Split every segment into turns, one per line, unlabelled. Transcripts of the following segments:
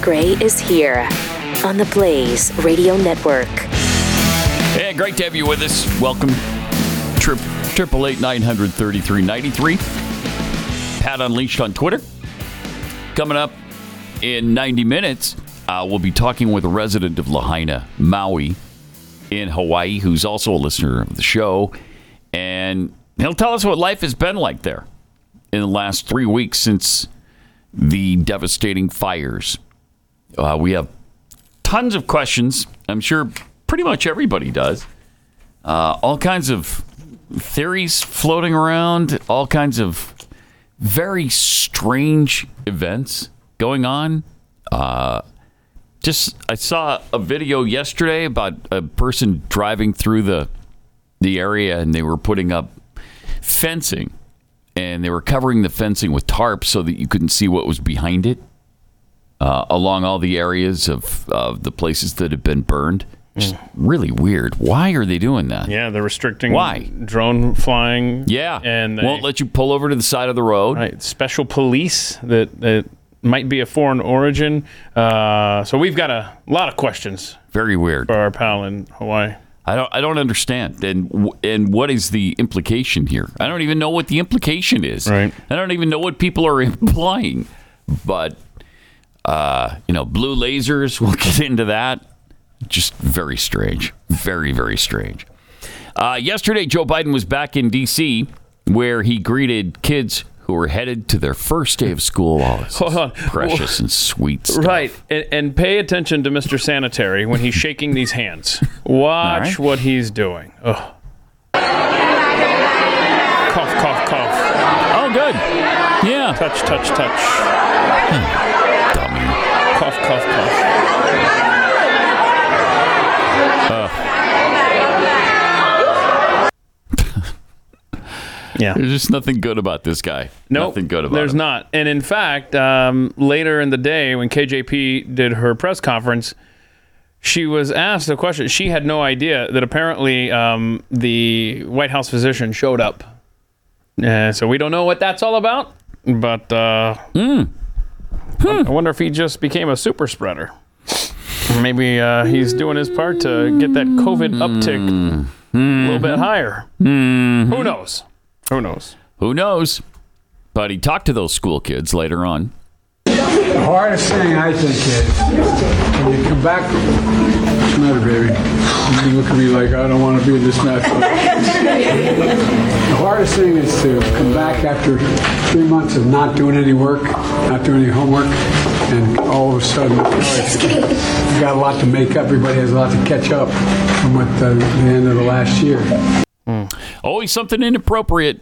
Gray is here on the Blaze Radio Network.
Hey, great to have you with us. Welcome. Trip triple eight nine hundred thirty three ninety three. Pat Unleashed on Twitter. Coming up in ninety minutes, uh, we'll be talking with a resident of Lahaina, Maui, in Hawaii, who's also a listener of the show, and he'll tell us what life has been like there in the last three weeks since the devastating fires. Uh, we have tons of questions. I'm sure pretty much everybody does. Uh, all kinds of theories floating around, all kinds of very strange events going on. Uh, just I saw a video yesterday about a person driving through the the area and they were putting up fencing and they were covering the fencing with tarps so that you couldn't see what was behind it uh, along all the areas of, of the places that had been burned. Just really weird. Why are they doing that?
Yeah, they're restricting
Why?
drone flying.
Yeah,
and they,
won't let you pull over to the side of the road.
right, special police that that might be a foreign origin. Uh, so we've got a lot of questions
Very weird.
for our pal in Hawaii.
I don't. I don't understand. And w- and what is the implication here? I don't even know what the implication is.
Right.
I don't even know what people are implying. But uh, you know, blue lasers. We'll get into that. Just very strange. Very very strange. Uh, yesterday, Joe Biden was back in D.C. where he greeted kids who were headed to their first day of school. All this
Hold on.
precious and sweet. Stuff.
Right, and, and pay attention to Mr. Sanitary when he's shaking these hands. Watch
right.
what he's doing. Ugh. Cough, cough, cough.
Oh, good. Yeah.
Touch, touch, touch.
Dummy.
Cough, cough, cough. Yeah.
There's just nothing good about this guy.
No,
nothing good about
There's
him.
not. And in fact, um, later in the day when KJP did her press conference, she was asked a question. She had no idea that apparently um, the White House physician showed up. Uh, so we don't know what that's all about. But uh,
Hmm.
I wonder if he just became a super spreader. Maybe uh, he's doing his part to get that COVID uptick
Hmm.
a little bit higher. Who knows? Who knows?
Who knows? But he talked to those school kids later on.
The hardest thing I think is when you come back. What's the matter, baby? You look at me like I don't want to be in this mess. the hardest thing is to come back after three months of not doing any work, not doing any homework, and all of a sudden, oh, you got a lot to make up. Everybody has a lot to catch up from what the, the end of the last year.
Always something inappropriate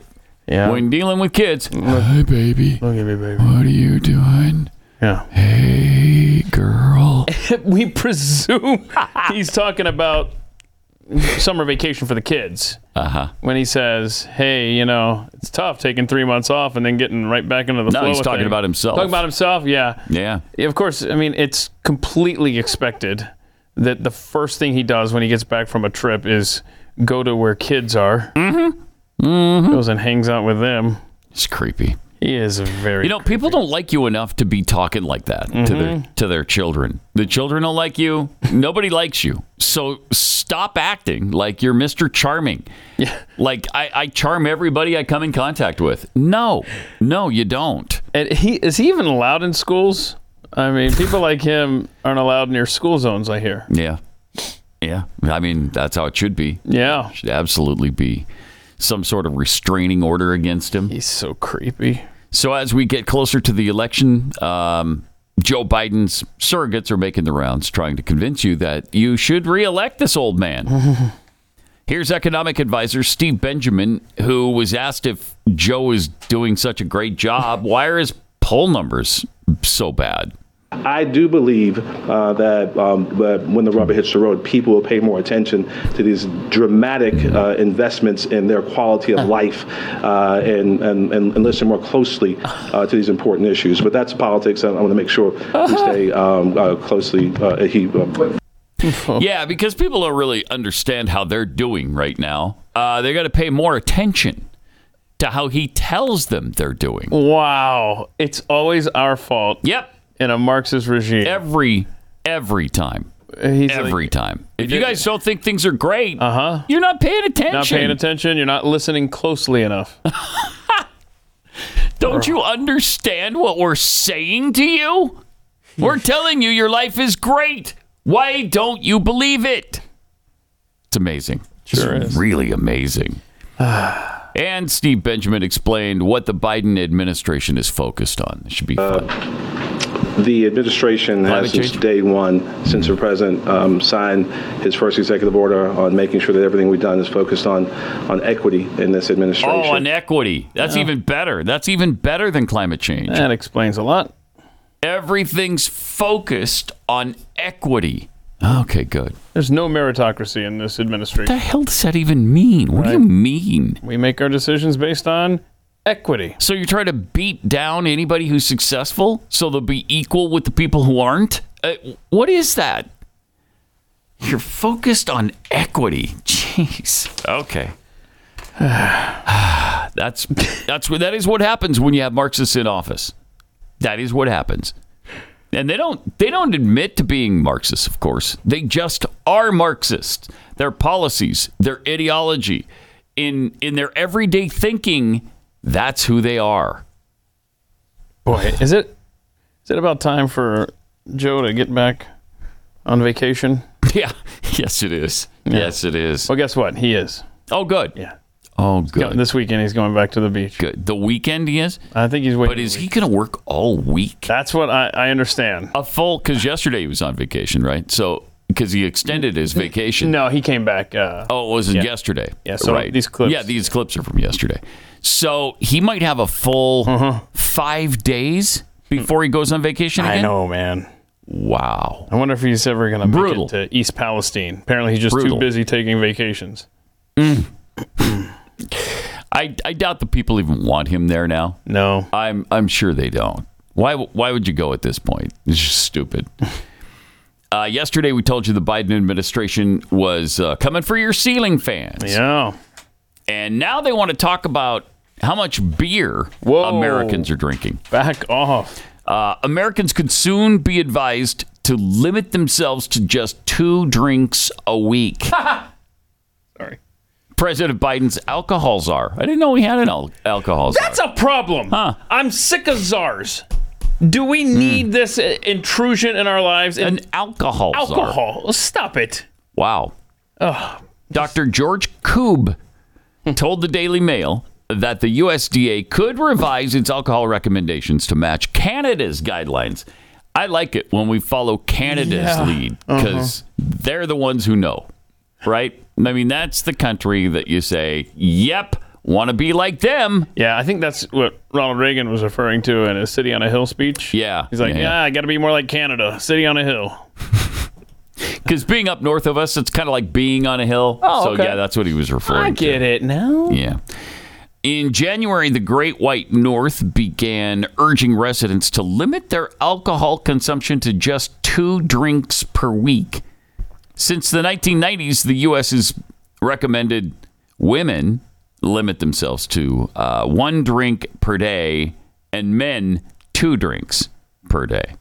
Yeah.
when dealing with kids.
Hi, baby.
Look at me, baby.
What are you doing?
Yeah.
Hey, girl.
We presume he's talking about summer vacation for the kids. Uh
Uh-huh.
When he says, hey, you know, it's tough taking three months off and then getting right back into the
No,
flow.
he's
of
talking
things."
about himself.
Talking about himself, yeah.
Yeah.
Yeah, Of course, I mean, it's completely expected that the first thing he does when he gets back from a trip is go to where kids are. Mm-hmm. Mm-hmm. Goes and hangs out with them.
It's creepy.
He is a very.
You know, people don't like you enough to be talking like that to their to their children. The children don't like you. Nobody likes you. So stop acting like you're Mr. Charming. Yeah. Like I, I charm everybody I come in contact with. No. No, you don't.
And he is he even allowed in schools? I mean, people like him aren't allowed near school zones. I hear.
Yeah. Yeah. I mean, that's how it should be.
Yeah,
should absolutely be some sort of restraining order against him.
he's so creepy.
So as we get closer to the election, um, Joe Biden's surrogates are making the rounds, trying to convince you that you should reelect this old man. Here's economic advisor Steve Benjamin, who was asked if Joe is doing such a great job. Why are his poll numbers so bad?
I do believe uh, that, um, that when the rubber hits the road, people will pay more attention to these dramatic uh, investments in their quality of life uh, and, and, and, and listen more closely uh, to these important issues. But that's politics, and I want to make sure we stay um, uh, closely uh, adhe- uh,
Yeah, because people don't really understand how they're doing right now. Uh, they got to pay more attention
Oh.
to how he tells them they're doing.
Wow, it's always our fault.
Yep.
in a Marxist regime.
every every time.
He's like,
Every time. If you guys don't think things are great, uh-huh. you're not paying attention.
not paying attention. You're not listening closely enough.
Don't you understand what we're saying to you? We're telling you your life is great. Why don't you believe it? It's amazing.
Sure
it's
is.
really amazing. and Steve Benjamin explained what the Biden administration is focused on. It should be fun.
The administration
Climate
has, since
change?
day one, since the president um, signed his first executive order on making sure that everything we've done is focused on, on equity in this administration.
oh, and equity. That's even better. That's even better than climate change.
That explains a lot.
Everything's focused on equity. Okay, good.
There's no meritocracy in this
What the
administration.
hell does that even mean? What do you mean?
We make our decisions based on equity.
So you're trying to beat down anybody who's successful so they'll be equal with the people who aren't? Uh, what is that? You're focused on equity. Jeez. Okay. that's that's what that is what happens when you have Marxists in office. That is what happens. And they don't they don't admit to being Marxists, of course. They just are Marxists. Their policies, their ideology, in in their everyday thinking, that's who they are.
Boy, is it is it about time for Joe to get back on vacation?
Yeah. Yes it is. Yes it is.
Well, guess what? He is.
Oh good.
Yeah.
Oh good.
This weekend he's going back to the beach.
good. The weekend he is?
I think he's waiting.
But is he gonna work all week?
That's what I, I understand.
A full because yesterday he was on vacation, right? So because he extended his vacation.
No, he came back. Uh,
Oh, it was yesterday.
Yeah, so
right.
these clips-
Yeah, these clips are from yesterday. So he might have a full five days before he goes on vacation again.
Uh-huh. I know, man.
Wow.
I wonder if he's ever going to make
Brutal.
it to East Palestine. Apparently, he's just
Brutal.
too busy taking vacations.
I, I doubt the people even want him there now.
No,
I'm I'm sure they don't. Why why would you go at this point? It's just stupid. Uh, yesterday we told you the Biden administration was uh, coming for your ceiling fans.
yeah,
And now they want to talk about how much beer
Whoa.
Americans are drinking.
back off.
Uh, Americans could soon be advised to limit themselves to just two drinks a week.
Sorry,
President Biden's alcohol czar. I didn't know he had an al- alcohol czar.
that's a problem. I'm sick of czars. Do we need this uh, intrusion in our lives? And
Hmm. an alcohol czar.
alcohol, stop it.
Wow. Dr. George Koob told the Daily Mail that the USDA could revise its alcohol recommendations to match Canada's guidelines. I like it when we follow Canada's lead
Uh-huh.
because they're the ones who know, right? I mean, that's the country that you say, yep, want to be like them.
Yeah, I think that's what Ronald Reagan was referring to in his "City on a Hill" speech.
Yeah.
he's like, yeah,
Yeah, yeah.
I got to be more like Canada, city on a hill.
Because being up north of us, it's kind of like being on a hill.
Oh,
So,
okay.
yeah, that's what he was referring to.
it now.
Yeah. In January, the Great White North began urging residents to limit their alcohol consumption to just two drinks per week. Since the 1990s, the U.S. has recommended women limit themselves to uh, one drink per day and men two drinks per day.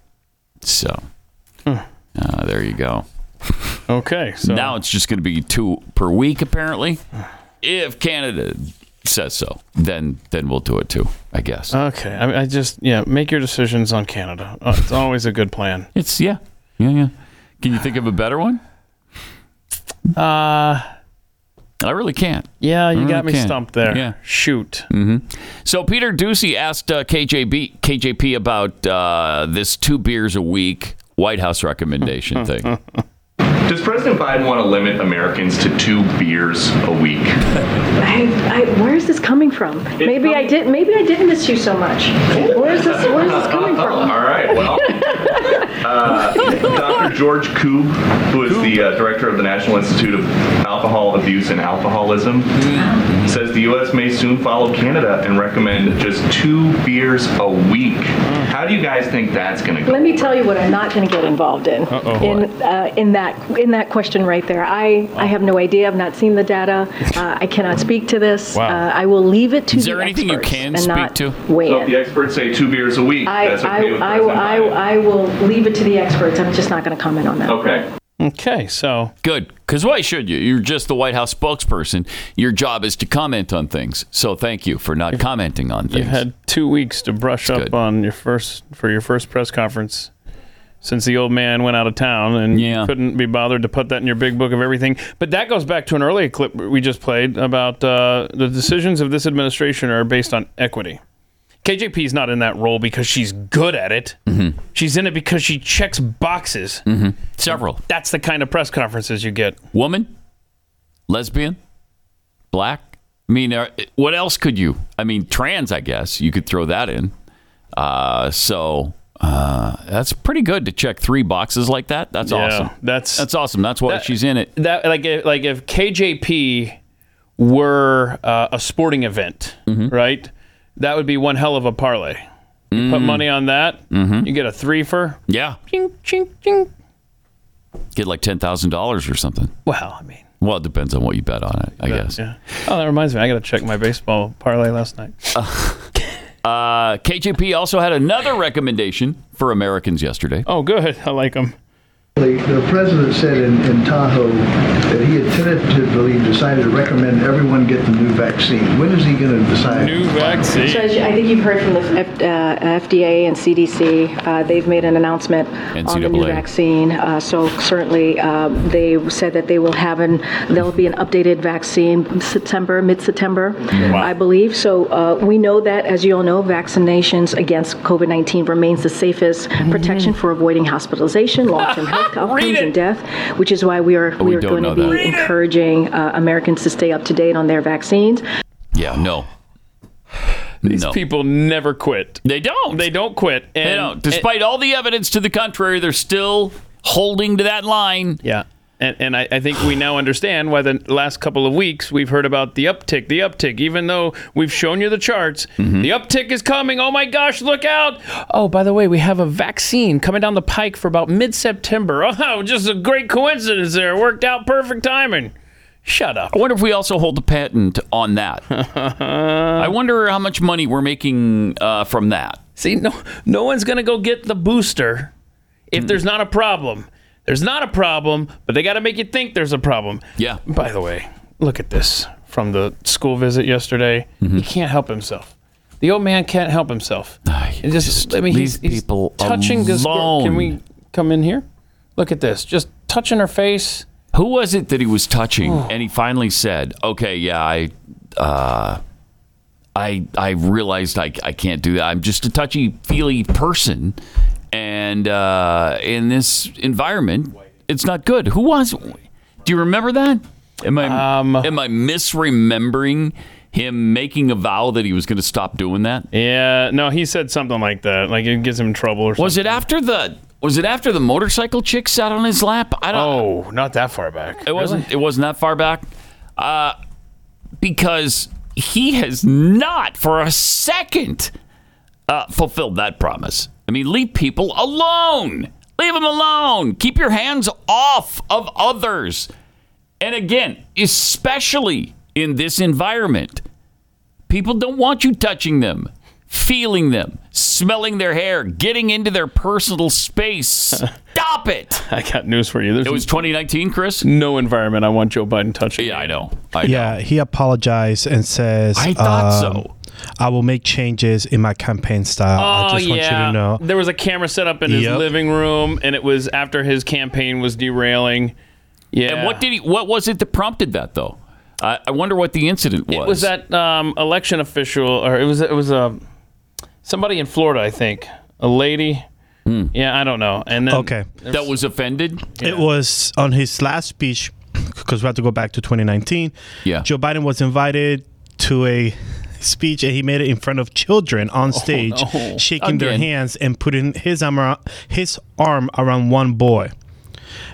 So uh, there you go.
Okay, so
Now it's just going to be two per week, apparently. If Canada says so, then then we'll do it too, I guess.
okay, I, I just yeah, make your decisions on Canada. Uh, It's always a good plan.
it's yeah, yeah, yeah. Can you think of a better one? Uh, I really can't.
Yeah, you
really
got me
can't.
stumped there.
Yeah. Mm.
Shoot.
So Peter Ducey asked uh, KJB KJP about uh, this two beers a week White House recommendation thing.
Does President Biden want to limit Americans to two beers a week?
I, I, where is this coming from? Maybe I did. Maybe I did miss you so much. Where is this? Where is this coming from?
All right, well, uh, Dr. George Koob, who
Mm-hmm.
is the uh, director of the National Institute of Alcohol Abuse and Alcoholism, says the the U.S. may soon follow Canada and recommend just two beers a week. How do you guys think that's going to go?
Mm. Let me tell you what I'm not going to get involved in. In, uh, in that, in that question right there. I, I have no idea. I've not seen the data. Uh, I cannot speak to this.
Wow.
Uh, I will leave it to
Is
the
there anything you
experts
can
and
speak
not
to?
Weigh
So if
in.
the experts say two beers a week,
I,
that's okay with
I, I,
President
I,
Biden.
I will leave it to the experts. I'm just not going to comment on that.
Okay.
Okay, so
Good. Because why should you? You're just the White House spokesperson. Your job is to comment on things. So thank you for not commenting on things.
you've had two weeks to brush up
good.
on your first for your first press conference since the old man went out of town and
Yeah.
couldn't be bothered to put that in your big book of everything. But that goes back to an earlier clip we just played about uh, the decisions of this administration are based on equity. KJP is not in that role because she's good at it.
Mm-hmm.
She's in it because she checks boxes.
Mm. Several.
That's the kind of press conferences you get.
Woman, lesbian, black. I mean, are, what else could you? I mean, trans, I guess. You could throw that in. Uh, so uh, that's pretty good to check three boxes like that. That's awesome.
That's
That's awesome. That's why
That-
she's in it.
that like if, like if KJP were uh, a sporting event,
Mm-hmm.
right? That would be one hell of a parlay. You
Mm.
put money on that,
Mm-hmm.
you get a three for.
Yeah.
Ching, ching, ching.
Get like $10,000 or something.
Well, I mean,
Well, it depends on what you bet on it, I guess.
yeah. Oh, that reminds me, I got to check my baseball parlay last night.
Uh, KJP also had another recommendation for Americans yesterday.
Oh, good. I like them.
The, the president said in, in Tahoe that he had tentatively decided to recommend everyone get the new vaccine. When is he going to decide?
New
So
vaccine.
as you- I think you've heard from the F- uh, FDA and CDC. uh, They've made an announcement on the new
NCAA.
vaccine. Uh, So certainly, uh, they said that they will have an, there'll be an updated vaccine September, mid-September, I believe. So uh, we know that, as you all know, vaccinations against COVID-19 remains the safest
Mm-hmm.
protection for avoiding hospitalization, long-term health outcomes, and death, which is why we are,
we
we are
don't
going
know
to
that.
be
Read
encouraging uh, Americans to stay up to date on their vaccines.
Yeah, no.
These
no.
people never quit.
they don't.
They don't quit. And,
They don't. Despite all the evidence to the contrary, they're still holding to that line.
Yeah. And, and I, I think we now understand why the last couple of weeks we've heard about the uptick, the uptick. Even though we've shown you the charts, the uptick is coming. Oh my gosh, look out. Oh, by the way, we have a vaccine coming down the pike for about mid September. Oh, just a great coincidence there. Worked out perfect timing. Shut up.
I wonder if we also hold the patent on that. I wonder how much money we're making uh, from that.
See, no, no one's going to go get the booster if there's not a problem. There's not a problem, but they got to make you think there's a problem.
Yeah.
By the way, look at this from the school visit yesterday.
Mm-hmm.
He can't help himself. The old man can't help himself. And just, I mean, he's,
leave
he's
people
touching this. girl. Can we
alone.
come in here? Look at this. Just touching her face.
Who was it that he was touching? And he finally said, "Okay, yeah, I, uh, I, I realized I, I can't do that. I'm just a touchy feely person, and uh, in this environment, it's not good." Who was? Do you remember that? Am I
Um,
am I misremembering him making a vow that he was going to stop doing that?
Yeah. No, he said something like that. Like it gets him in trouble or something.
Was it after the? Was it after the motorcycle chick sat on his lap? I don't.
Oh, not that far back.
It wasn't. It wasn't that far back, uh, because he has not for a second uh, fulfilled that promise. I mean, leave people alone. Leave them alone. Keep your hands off of others. And again, especially in this environment, people don't want you touching them, feeling them, smelling their hair, getting into their personal space. Stop it.
I got news for you. There's
It was 2019, Chris.
no environment I want Joe Biden touching.
Yeah, I know. I know.
Yeah, he apologized and says,
I thought
um,
so.
I will make changes in my campaign style. I
Oh,
just want you to know.
Oh, There was a camera set up in his
Yep.
living room, and it was after his campaign was derailing. Yeah.
And what did he? What was it that prompted that though? I I wonder what the incident was.
It was that um, election official, or it was it was a somebody in Florida, I think, a lady. Yeah, I don't know. And then,
Okay.
that was offended?
It was on his last speech, because we have to go back to 2019.
Yeah.
Joe Biden was invited to a speech and he made it in front of children on stage, shaking their
Again.
hands and putting his arm, around, his arm around
Hmm.
one boy.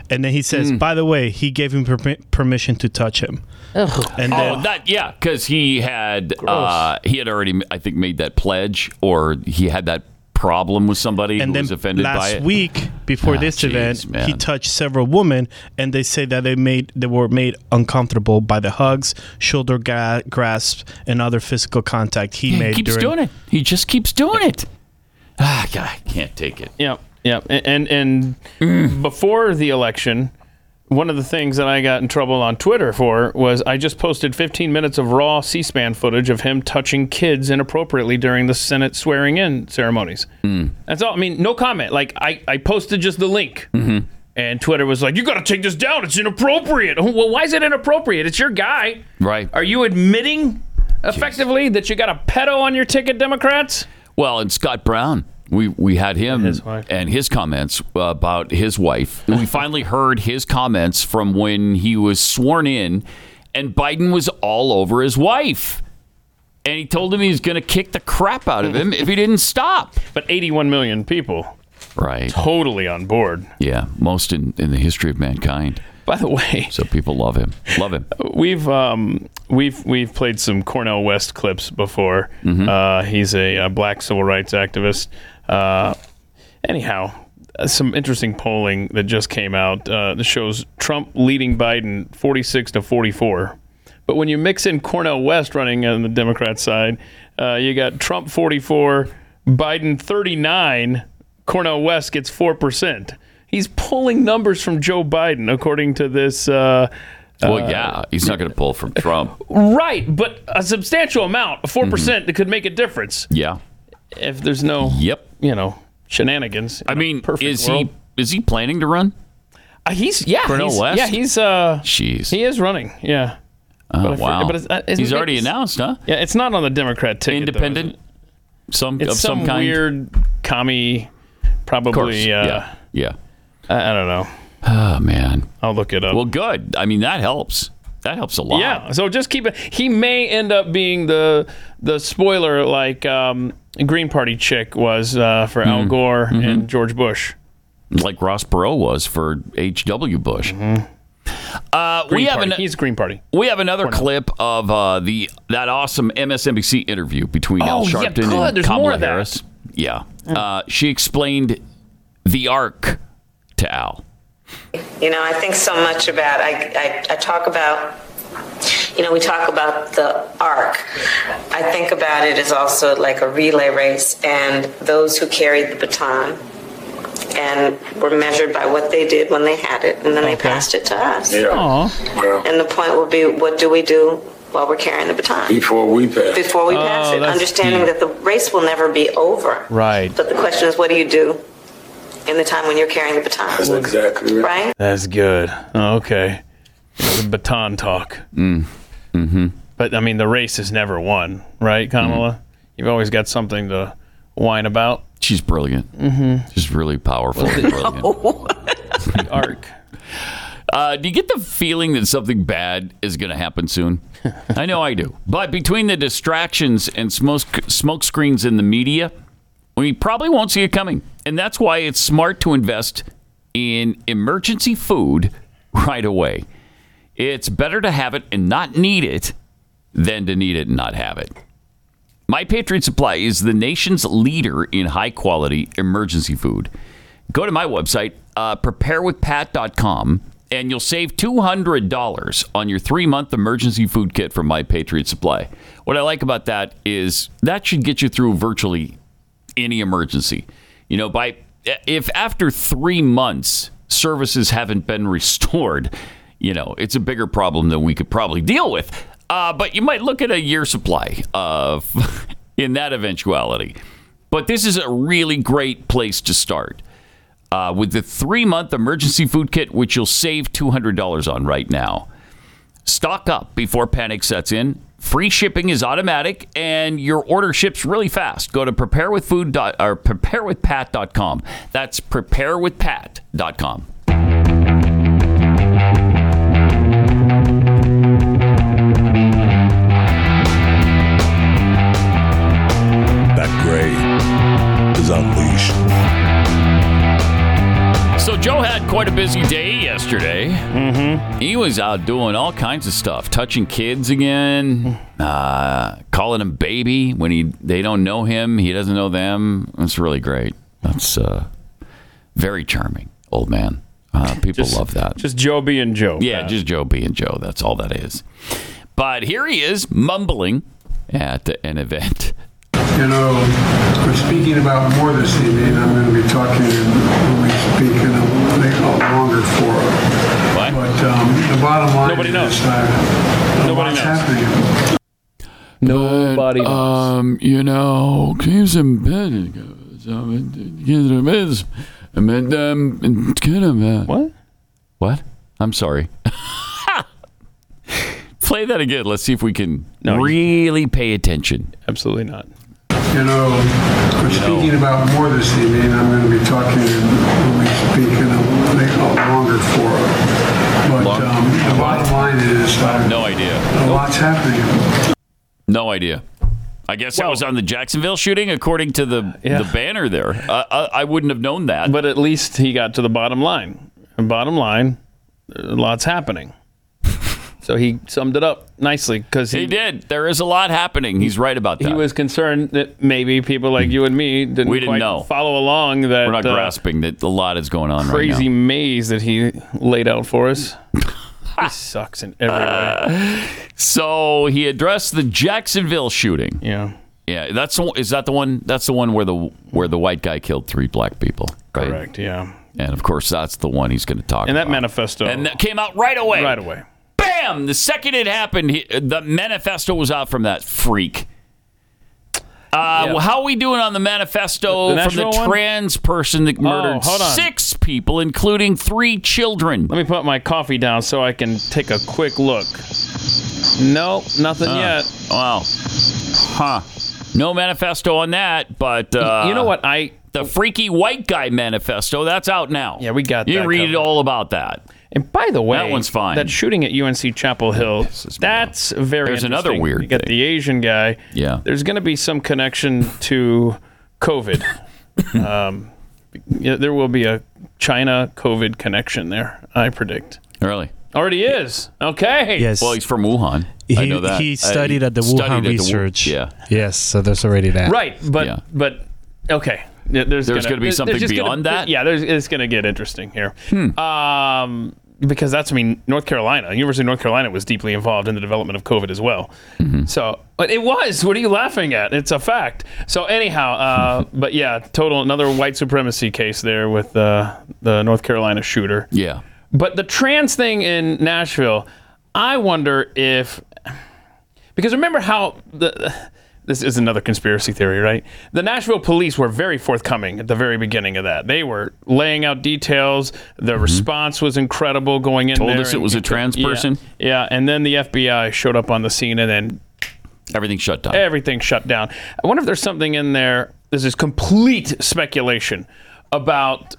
And then he says, by the way, he gave him per- permission to touch him. And
oh,
then-
that yeah, because he had uh, he had already I think made that pledge, or he had that problem with somebody who
and then
was offended by
last
it.
week before
Ah,
this
jeez,
event he
man.
touched several women and they say that they made they were made uncomfortable by the hugs shoulder ga- grasps and other physical contact he
Yeah, he
made
keeps
during
doing it. He just keeps doing it. Ah, God, I can't take it.
Yep, yep. A- And and, before the election, one of the things that I got in trouble on Twitter for was I just posted 15 minutes of raw C-SPAN footage of him touching kids inappropriately during the Senate swearing-in ceremonies. That's all. I mean, no comment. Like I, I posted just the link.
Mm-hmm.
And Twitter was like, "You got to take this down. It's inappropriate." Oh, Well, why is it inappropriate? It's your guy.
Right.
Are you admitting effectively that you got a pedo on your ticket, Democrats?
Well, and Scott Brown, we we had him and his comments uh, about his wife. We finally heard his comments from when he was sworn in, and Biden was all over his wife, and he told him he was going to kick the crap out of him if he didn't stop.
But 81 million people,
right?
Totally on board.
Yeah, most in in the history of mankind.
By the way,
so people love him. Love him.
We've um, we've we've played some Cornell West clips before. Uh, he's a, uh black civil rights activist. Uh, anyhow, uh, some interesting polling that just came out uh, that shows Trump leading Biden forty six to forty four. But when you mix in Cornell West running on the Democrat side, uh, you got Trump forty four, Biden thirty nine. Cornell West gets 4%. He's pulling numbers from Joe Biden, according to this. Uh,
Well,
uh,
yeah, he's not going to pull from Trump.
Right, but a substantial amount,
Mm-hmm.
4% percent that could make a difference
Yeah.
if there's no,
Yep.
you know, shenanigans. I mean, perfect
Is
world.
he is he planning to run?
Uh, he's yeah,
Cornel
he's,
West?
Yeah, he's uh,
Jeez.
he is running. Yeah.
Oh,
But I for-
wow.
but it's- uh, isn't
He's
it-
already announced, huh?
Yeah, it's not on the Democrat ticket.
Independent? some
it's
of some
some
kind?
weird commie, probably.
Of course.
Uh,
yeah. Yeah.
I, I don't know.
Oh man.
I'll look it up.
Well, good. I mean, that helps. That helps a lot.
Yeah. So just keep it. He may end up being the the spoiler like um, Green Party chick was uh, for
Mm-hmm.
Al Gore and George Bush.
Like Ross Perot was for H.W. Bush. Uh, we
Mm-hmm. Green
have
Party.
an-
He's Green Party.
We have another clip of uh, the that awesome MSNBC interview between Al
Oh, yeah,
Sharpton
good.
and
There's
Kamala
more of that.
Harris. Yeah, uh, she explained the arc to Al.
You know, I think so much about, I, I, I talk about, you know, we talk about the arc. I think about it as also like a relay race and those who carried the baton and were measured by what they did when they had it and then they passed it to us. And the point will be, what do we do while we're carrying the baton?
Before we pass.
Before we pass
Oh,
it,
that's
understanding
deep.
that the race will never be over.
Right.
But the question is, what do you do in the time when you're carrying the baton? That's
exactly
right.
That's good. Oh, Okay. The baton talk.
Mm. Mm-hmm. Mm.
But I mean, the race is never won, right, Kamala? You've always got something to whine about.
She's brilliant.
Mhm.
She's really powerful. and brilliant.
The arc.
Uh, do you get the feeling that something bad is going to happen soon? I know I do. But between the distractions and smoke, smoke screens in the media, we probably won't see it coming. And that's why it's smart to invest in emergency food right away. It's better to have it and not need it than to need it and not have it. My Patriot Supply is the nation's leader in high quality emergency food. Go to my website, uh, preparewithpat.com, and you'll save $200 on your three month emergency food kit from My Patriot Supply. What I like about that is that should get you through virtually any emergency. You know, by if after three months services haven't been restored, you know, it's a bigger problem than we could probably deal with. Uh, but you might look at a year supply of in that eventuality. But this is a really great place to start uh, with the three month emergency food kit, which you'll save $200 on right now. Stock up before panic sets in. Free shipping is automatic, and your order ships really fast. Go to preparewithfood dot- or preparewithpat.com. That's preparewithpat.com.
That gray is unleashed.
So Joe had quite a busy day uh, yesterday. Mm-hmm. He was out doing all kinds of stuff, touching kids again, uh, calling him baby when he they don't know him, he doesn't know them. That's really great. That's uh, very charming, old man. Uh, people
Just-
love that.
Just Joe being Joe.
Yeah,
Uh,
just Joe being Joe. That's all that is. But here he is mumbling at an event.
You know, we're speaking about more this evening. I'm going to be talking when we speak in a, a longer forum. But um, the bottom line Nobody knows. is that uh, Nobody what's happening.
Nobody Um, you know, keeps him better.
um,
What?
uh, What? I'm sorry. Play that again. Let's see if we can really pay attention.
Absolutely not.
You know, we're speaking about more this evening. I'm going to be talking when we speak in a, a longer forum. But um, the bottom line is that
No idea.
a lot's happening.
No idea. I guess that was on the Jacksonville shooting, according to the the banner there. Uh, I, I wouldn't have known that.
But at least he got to the bottom line. And bottom line, uh, lots happening. so he summed it up nicely because he,
He did. There is a lot happening. He's right about that.
he was concerned that maybe people like you and me didn't,
we didn't
quite
know.
follow along that
We're not
uh,
grasping that a lot is going on right now.
crazy maze that he laid out for us. he sucks in every
Uh,
way.
So he addressed the Jacksonville shooting.
Yeah.
Yeah, that's the one- is that the one? That's the one where the where the white guy killed three black people. Right?
Correct. Yeah.
And of course, that's the one he's going to talk.
And that
about.
manifesto.
And that came out right away.
Right away.
Bam! The second it happened, he, the manifesto was out from that freak. Uh, well, how are we doing on the manifesto
The- the
from the
national one? Oh,
trans person that murdered
hold on.
six people, including three children?
Let me put my coffee down so I can take a quick look. No, nothing
Uh.
yet.
Wow. Huh. No manifesto on that, but uh,
you know what? I
the freaky white guy manifesto that's out now. Yeah, we got. You
that
read all about that.
And by the way,
that one's fine.
That shooting at UNC Chapel Hill. That's very.
There's another
interesting.
weird
You got the Asian guy.
Yeah.
There's going to be some connection to COVID. um, yeah, there will be a China COVID connection there. I predict.
Really?
Already is. Okay.
Yes. Well, he's
from Wuhan.
He,
Uh,
he studied at the Wuhan Research. yeah. Yes. So there's already that.
Right, but but okay. Yeah, There's,
There's gonna be
there's
something
just gonna-
beyond that? Hmm.
Yeah, there's, it's going to get interesting here. Um, because that's I mean North Carolina, University of North Carolina was deeply involved in the development of COVID as well.
Mm-hmm.
So but it was. What are you laughing at? It's a fact. So anyhow, uh, but yeah, total another white supremacy case there with uh, the North Carolina shooter.
Yeah.
But the trans thing in Nashville, I wonder if because remember how the this is another conspiracy theory, right? The Nashville police were very forthcoming at the very beginning of that. They were laying out details. The response was incredible going in
Mm-hmm. Told
there
us it was a trans
yeah,
person?
Yeah, and then the FBI showed up on the scene and then
everything shut down.
Everything shut down. I wonder if there's something in there. This is complete speculation about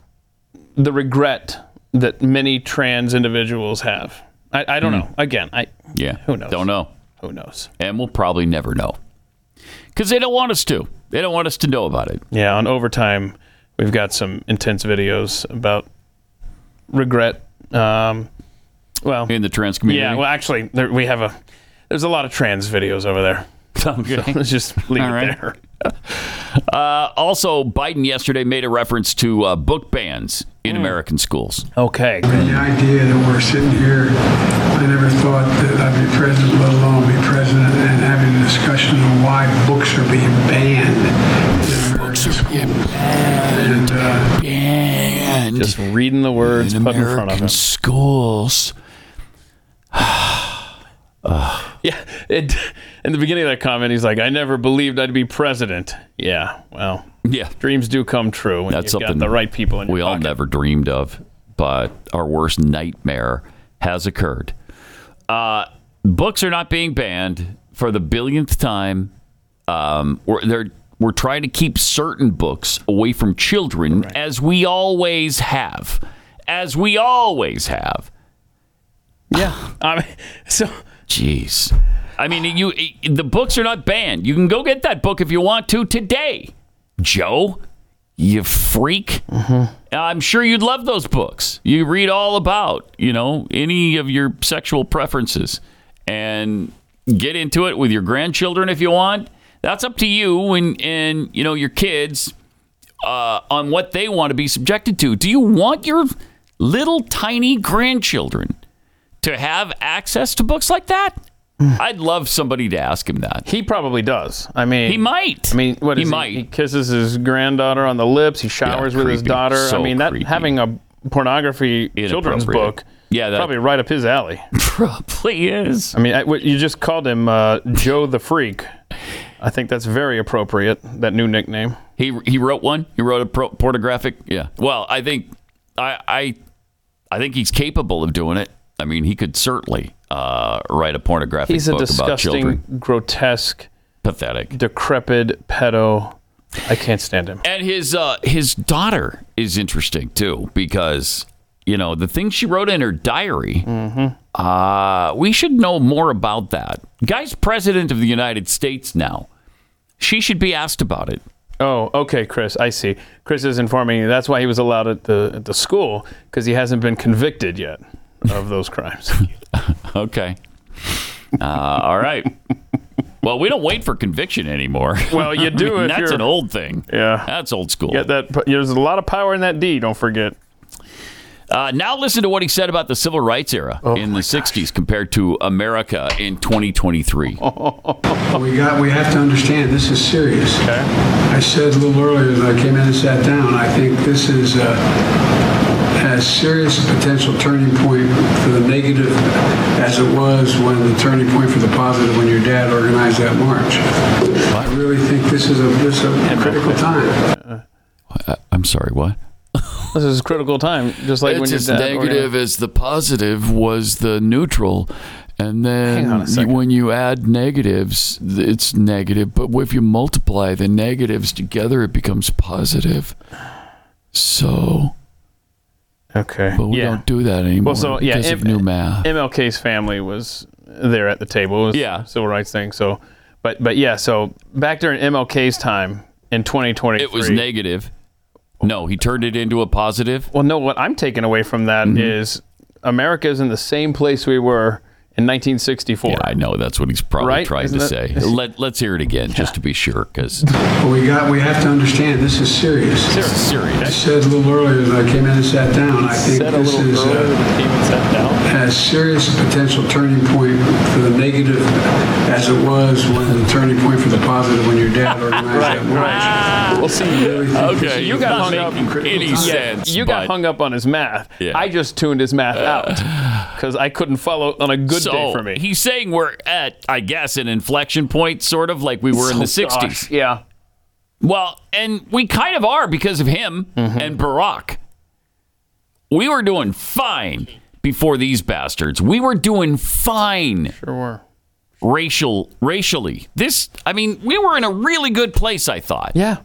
the regret that many trans individuals have. I, I don't know. Again, I
Yeah.
Who knows?
Don't know.
Who knows?
And we'll probably never know. Because they don't want us to. They don't want us to know about it.
Yeah, on overtime, we've got some intense videos about regret. Um, well,
in the trans community.
Yeah, well, actually, there, we have a. There's a lot of trans videos over there.
Okay.
So let's just leave
All
it
right.
there.
Uh, also, Biden yesterday made a reference to uh, book bans in American schools.
Okay.
The idea that we're sitting here, I never thought that I'd be president, let alone be president, and having a discussion on why books are being banned. Books are being banned. And, uh,
And
just reading the words
in
put in front of
American
him.
schools.
Yeah. It, in the beginning of that comment, he's like, "I never believed I'd be president." Yeah. Well.
Yeah.
Dreams do come true. When
That's
you've
something
got the right people in your
we all
pocket.
never dreamed of, but our worst nightmare has occurred. Uh, books are not being banned for the billionth time. Um, we're, they're, we're trying to keep certain books away from children, as we always have. As we always have.
Yeah. I mean, so.
Jeez. I mean, you the books are not banned. You can go get that book if you want to today, Joe. you freak. I'm sure you'd love those books. You read all about, you know, any of your sexual preferences and get into it with your grandchildren if you want. That's up to you and and you know your kids uh, on what they want to be subjected to. Do you want your little tiny grandchildren to have access to books like that?
Mm.
I'd love somebody to ask him that.
He probably does. I mean,
he might.
I mean, what
He
is he
might.
He kisses his granddaughter on the lips. He showers with his
creepy.
daughter.
So
I mean, that having a pornography children's
Inappropriate.
book,
Yeah, that-
probably right up his alley.
Probably is.
I mean, I, what- you just called him uh, Joe the Freak. I think that's very appropriate. That new nickname.
He he wrote one. He wrote a pro- pornographic. Yeah. Well, I think I I I think he's capable of doing it. I mean, he could certainly uh, write a pornographic
He's a
book about children.
disgusting, grotesque,
pathetic,
decrepit pedo. I can't stand him.
And his uh, his daughter is interesting too because you know the things she wrote in her diary.
Mm-hmm.
Uh, we should know more about that. Guy's president of the United States now. She should be asked about it.
Oh, okay, Chris. I see. Chris is informing you that's why he was allowed at the at the school because he hasn't been convicted yet of those crimes.
Okay. Uh, all right. Well, we don't wait for conviction anymore.
Well, you do
I mean,
if
that's
you're-
an old thing.
Yeah,
that's old school.
Get that? There's a lot of power in that D. Don't forget.
Uh, now listen to what he said about the civil rights era
Oh
in the '60s compared to America in 2023.
Oh.
We got, we have to understand, this is serious. I said a little earlier, when I came in and sat down, I think this is, uh, has serious potential turning point for the negative as it was when the turning point for the positive when your dad organized that march. I really think this is a, this is a critical time.
Uh,
I'm sorry, what?
This is a critical time, just like when
it's
you're
as negative as the positive was the neutral. And
Hang on a
then
second.
when you add negatives, th- it's negative. But if you multiply the negatives together, it becomes positive. So.
Okay.
But we
Yeah.
don't do that anymore
Well, so yeah,
because of new math.
MLK's family was there at the table. It was yeah, civil rights thing. So, but but yeah, so back during MLK's time in 2023,
It was negative. No, he turned it into a positive.
Well, no, what I'm taking away from that is
Mm-hmm.
America is in the same place we were in 1964.
I know that's what he's probably
Right?
tried
Isn't
to
that-
say. Let Let's hear it again just to be sure, because
But we got, we have to understand, this is serious. Serious,
serious.
I said a little earlier, when I came in and sat down, I think
Said a
this
little
is, uh,
earlier than Steven sat down.
has serious potential turning point for the negative as it was when the turning point for the positive when your dad organized that
Ah.
march.
We'll see.
Okay,
you got hung up.
any
Yeah,
sense,
You got
but-
hung up on his math. I just tuned his math out because I couldn't follow on a good
so,
day for me.
He's saying we're at, I guess, an inflection point, sort of like we were in the
So,
'60s.
Oh, gosh, yeah.
Well, and we kind of are because of him
Mm-hmm.
and Barack. We were doing fine before these bastards. We were doing fine.
Sure were.
Racial, racially. This, I mean, we were in a really good place. I thought.
Yeah.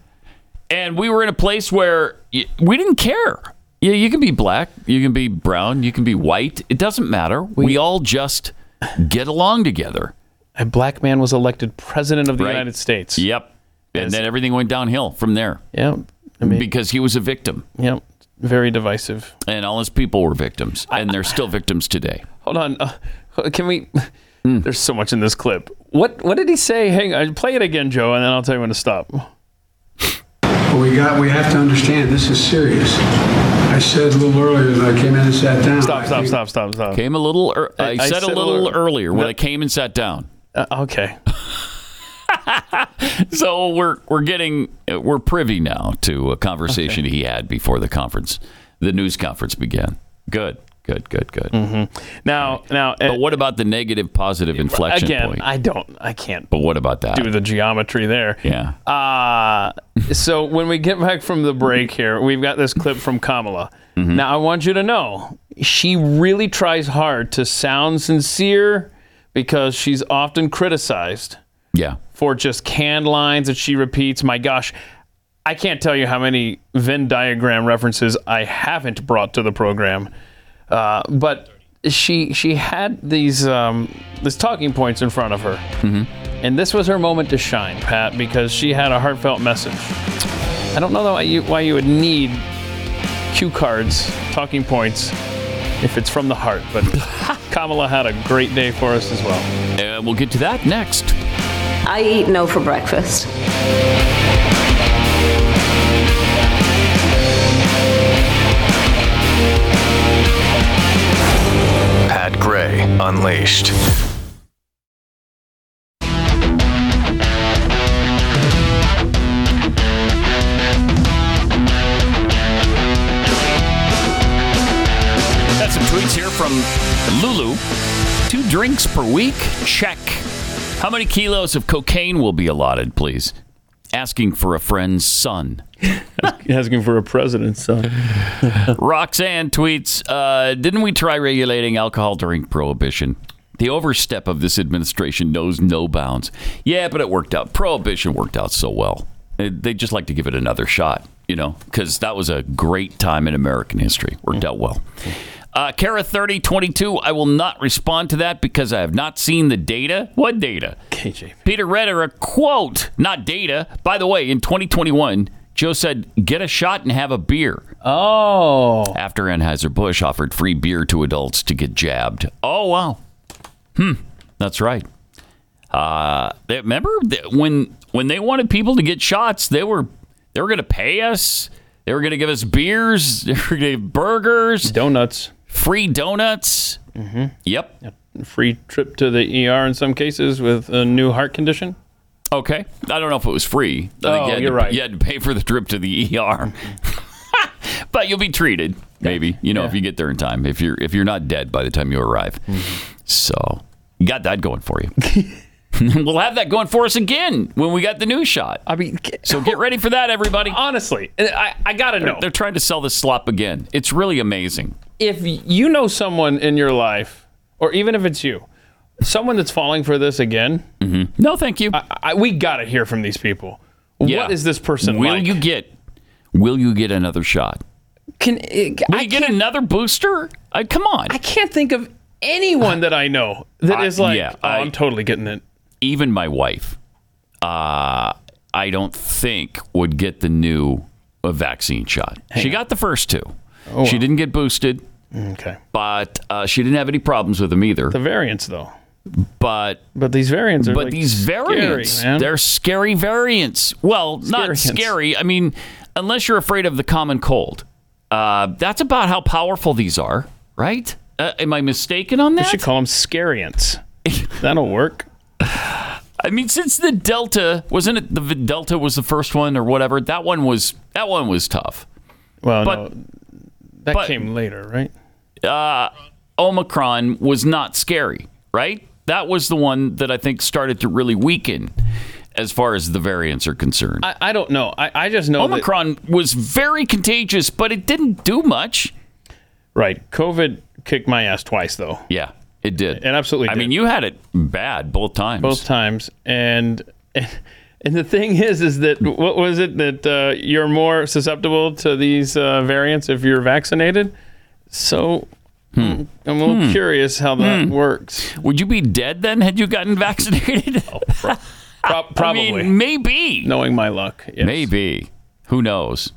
And we were in a place where y- we didn't care. Yeah, you can be black, you can be brown, you can be white. It doesn't matter. We, all just get along together.
A black man was elected president of the
Right.
United States.
Yep. And then everything went downhill from there.
Yep.
because he was a victim.
Yep. Very divisive.
And all his people were victims, and they're still victims today.
Hold on. Uh, can we?
Hmm.
There's so much in this clip. What What did he say? Hang on. Play it again, Joe, and then I'll tell you when to stop.
But we got, we have to understand, this is serious. I said a little earlier, when I came in and sat down.
Stop,
I
stop,
think-
stop, stop, stop.
Came a little. ear I, said, a little, earlier when
No.
I came and sat down.
Uh, okay.
So we're we're getting uh, we're privy now to a conversation he had before the conference, the news conference began. Good, good, good, good.
Now, now, uh,
but what about the negative positive inflection
Again,
point?
I don't. I can't
But what about that?
do the geometry there.
Yeah.
Uh, so when we get back from the break here, we've got this clip from Kamala. Now, I want you to know she really tries hard to sound sincere because she's often criticized
yeah.
for just canned lines that she repeats. My gosh, I can't tell you how many Venn diagram references I haven't brought to the program. Uh, but she she had these um, these talking points in front of her, and this was her moment to shine, Pat, because she had a heartfelt message. I don't know though why you, why you would need cue cards, talking points, if it's from the heart. But Kamala had a great day for us as well.
And Uh, we'll get to that next.
I eat no for breakfast.
Pat Gray Unleashed.
Got some tweets here from Lulu. Two drinks per week? Check. How many kilos of cocaine will be allotted, please? Asking for a friend's son.
Asking for a president's son.
Roxanne tweets uh, Didn't we try regulating alcohol during prohibition? The overstep of this administration knows no bounds. Yeah, but it worked out. Prohibition worked out so well. They- They just like to give it another shot, you know, because that was a great time in American history. Worked out well. Uh, Kara 3022, I will not respond to that because I have not seen the data. What data? KJ. Peter Redder, a quote, not data. By the way, in 2021, Joe said, get a shot and have a beer.
Oh.
After Anheuser-Busch offered free beer to adults to get jabbed. Oh, wow. Hmm, that's right. Uh, they, remember th- when when they wanted people to get shots, they were they were going to pay us. They were going to give us beers. They were going to give burgers,
donuts,
free donuts.
Mm-hmm.
Yep.
Free trip to the ER in some cases with a new heart condition.
Okay. I don't know if it was free. I
Oh,
you had
you're
to,
right.
You had to pay for the trip to the ER, but you'll be treated. Maybe you know if you get there in time. If you're if you're not dead by the time you arrive,
Mm-hmm.
so you got that going for you. we'll have that going for us again when we got the new shot.
I mean,
so get ready for that, everybody.
Honestly, I, I gotta
know. They're trying to sell this slop again. It's really amazing.
If you know someone in your life, or even if it's you, someone that's falling for this again,
no, thank you.
I, I, we gotta hear from these people.
Yeah.
What is this person
Will
like?
you get? Will you get another shot?
Can will I
get another booster? I, come on.
I can't think of anyone that I know that is like. oh,
yeah, I, am
totally getting it.
Even my wife, uh, I don't think would get the new uh, vaccine shot. she got the first two. she didn't get boosted.
Okay.
But uh, she didn't have any problems with them either. The
variants, though.
But
but these variants are
but
like,
these
scary,
variants
man.
they're scary variants. Well, not
Scariants.
scary. I mean, unless you're afraid of the common cold, uh, that's about how powerful these are, right? Uh, am I mistaken on that? We should
call them scariants. That'll work.
I mean, since the Delta wasn't it the Delta was the first one or whatever. That one was that one was tough.
Well,
but,
that
but-
came later, right?
uh, Omicron was not scary, right? That was the one that I think started to really weaken as far as the variants are concerned.
I, I don't know. I, I just know that-
Omicron was very contagious, but it didn't do much.
Right. COVID kicked my ass twice, though.
Yeah, it did. It
absolutely
I mean, you had it bad both times.
Both times. And and the thing is, is that what was it that uh, you're more susceptible to these uh, variants if you're vaccinated? So I'm a little
Hmm.
curious how that
Hmm.
works.
Would you be dead then had you gotten vaccinated?
Oh, probably.
I mean, maybe.
Knowing my luck.
Maybe. Who knows?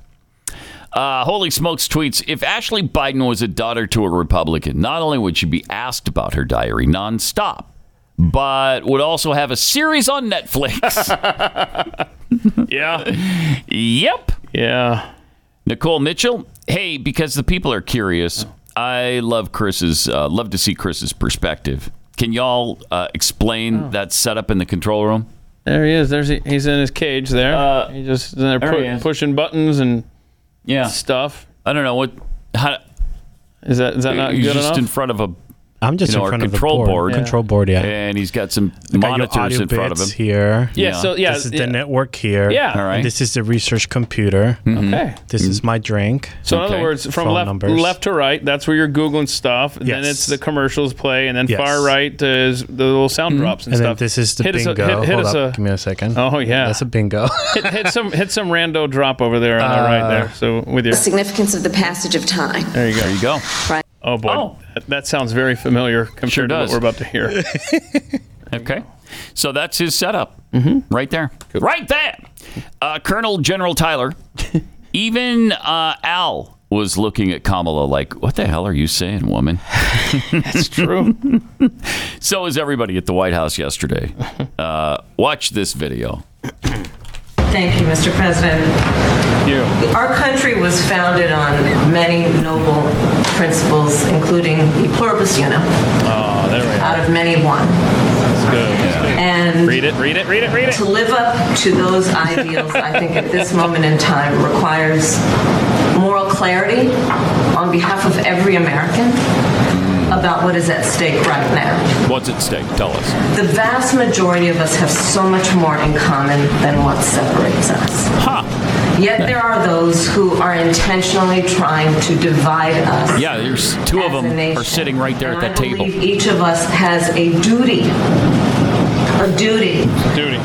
Uh, Holy Smokes tweets If Ashley Biden was a daughter to a Republican, not only would she be asked about her diary nonstop, but would also have a series on Netflix.
yeah.
Yep.
Yeah.
Nicole Mitchell. Hey, because the people are curious, I love Chris's. Uh, love to see Chris's perspective. Can y'all uh, explain
Oh.
that setup in the control room?
There he is. There's he's in his cage there. he just is there
Uh, there
pu-
he is.
pushing buttons and
Yeah.
stuff.
I don't know what. How,
is that is that not
he's
good
just
enough?
in front of a.
I'm just
you know,
in
our
front of a
control
board.
board.
Control board, yeah.
And he's got some
I got your
monitors
audio
in front of him
bits here.
Yeah, so, yeah,
this is
yeah.
the network here.
Yeah. All right. Mm-hmm.
And this is the research computer.
Okay.
This is
Hmm.
my drink.
So in other words, from
Phone
left
numbers.
left to right, that's where you're googling stuff. Then
Yes.
it's the commercials play, and then
Yes.
far right is the little
Mm-hmm.
sound drops and,
And then
stuff.
this is the
hit
bingo.
Us a, hit hit
Hold
us
up,
a
give me a second.
Oh yeah,
that's a bingo.
hit, hit some hit some rando drop over there on the right
Uh,
there. So with your
The significance of the passage of time.
there you go. There
you go.
Right.
Oh boy, That, that sounds very familiar compared to what
does.
we're about to hear.
Okay. So that's his setup
Mm-hmm.
right there. Right there. Uh, Colonel General Tyler, even uh, Al was looking at Kamala like, what the hell are you saying, woman? that's true. so is everybody at the White House yesterday. Uh, watch this video.
Thank you, Mr. President.
You.
Our country was founded on many noble principles, including the pluribus unum,
Oh, there we
out
go.
of many one.
That's good.
And
read it, read it, read it, read it.
To live up to those ideals, I think at this moment in time requires moral clarity on behalf of every American about what is at stake right now.
What's at stake? Tell us.
The vast majority of us have so much more in common than what separates us. Yet there are those who are intentionally trying to divide us.
Yeah, there's two of them are sitting right there at that table.
Each of us has a duty, a duty,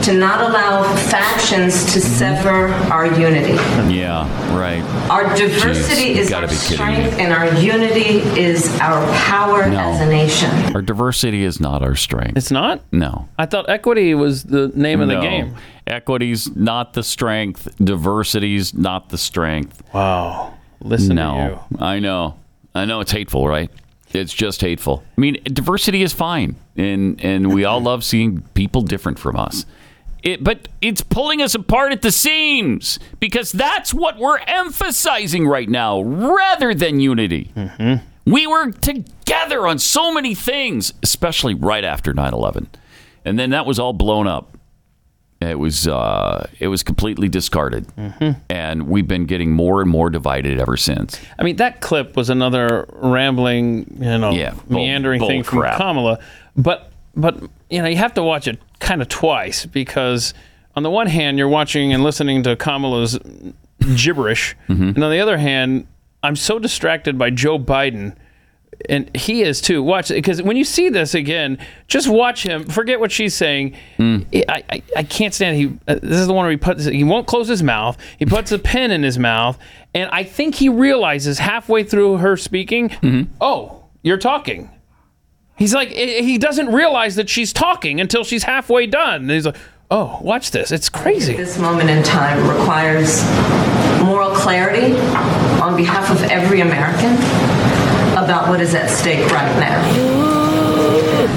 to not allow factions
Mm-hmm.
to sever our unity.
Yeah, right.
Our diversity
Jeez, you
is
gotta
our
be kidding
strength, and our unity is our power as a nation.
me. Our diversity is not our strength.
It's not?
No.
I thought equity was the name of the
No.
game.
Equity's not the strength. Diversity's not the strength.
Wow. Listen to
no. I know. I know it's hateful, right? It's just hateful. I mean, diversity is fine, and and we all love seeing people different from us. It, but it's pulling us apart at the seams because that's what we're emphasizing right now, rather than unity.
Mm-hmm.
We were together on so many things, especially right after 9/11, and then that was all blown up. It was uh, it was completely discarded,
Mm-hmm.
and we've been getting more and more divided ever since.
I mean, that clip was another rambling, you know,
bull-
meandering thing from
bullcrap.
Kamala. But, but you know, you have to watch it kind of twice because, on the one hand, you're watching and listening to Kamala's gibberish,
Mm-hmm.
and on the other hand, I'm so distracted by Joe Biden. And he is too. Watch because when you see this again, just watch him. Forget what she's saying. I, I, I can't stand. He uh, this is the one where he puts. He won't close his mouth. He puts a pen in his mouth, and I think he realizes halfway through her speaking. Oh, you're talking. He's like i- he doesn't realize that she's talking until she's halfway done. And he's like, oh, watch this. It's crazy.
Oh,
This moment in time requires moral clarity on behalf of every American about what is at stake right now.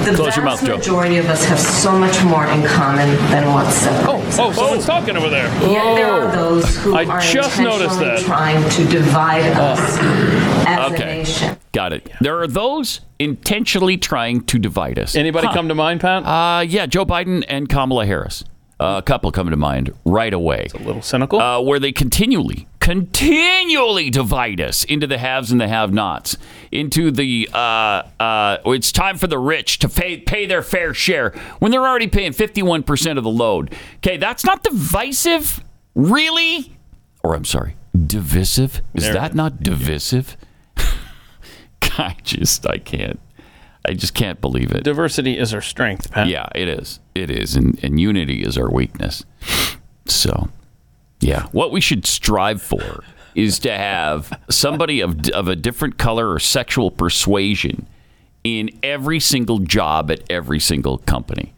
The
Close
vast
your mouth, Joe.
majority of us have so much more in common than what's separates
Oh,
us.
someone's talking over there.
Yet there are those who
I
are
just noticed
intentionally
that.
trying to divide us as a
okay,
nation.
got it. There are those intentionally trying to divide us.
Anybody come to mind, Pat?
Uh, yeah, Joe Biden and Kamala Harris. Uh, a couple come to mind right away. It's a
little cynical.
Uh, where they continually, continually divide us into the haves and the have-nots, into the uh, uh, it's time for the rich to pay pay their fair share when they're already paying fifty-one percent of the load. Okay, that's not divisive, really. Or I'm sorry, divisive. Is
There it
that not divisive? I just I can't. I just can't believe it.
Diversity is our strength, Pat.
Yeah, it is. It is. And, and unity is our weakness. So, yeah. What we should strive for is to have somebody of, of a different color or sexual persuasion in every single job at every single company,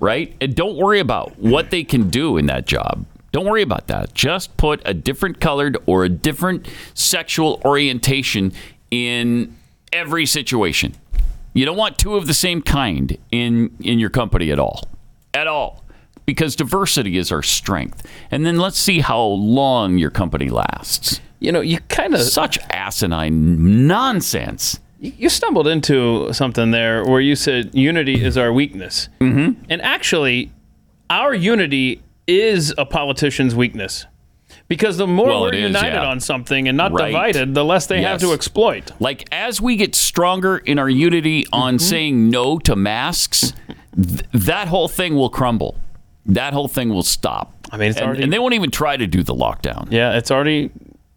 right? And don't worry about what they can do in that job. Don't worry about that. Just put a different colored or a different sexual orientation in every situation. You don't want two of the same kind in in your company at all. At all. Because diversity is our strength. And then let's see how long your company lasts.
You know, you kind of
such asinine nonsense.
You stumbled into something there where you said unity is our weakness. Mm-hmm. And actually, our unity is a politician's weakness. Because the more
Well,
we're
it is,
united
yeah.
on something and not
Right.
divided, the less they have
Yes.
to exploit.
Like as we get stronger in our unity on
Mm-hmm.
saying no to masks, th- that whole thing will crumble. That whole thing will stop. I mean,
it's
and,
already-
and they won't even try to do the lockdown.
Yeah, it's already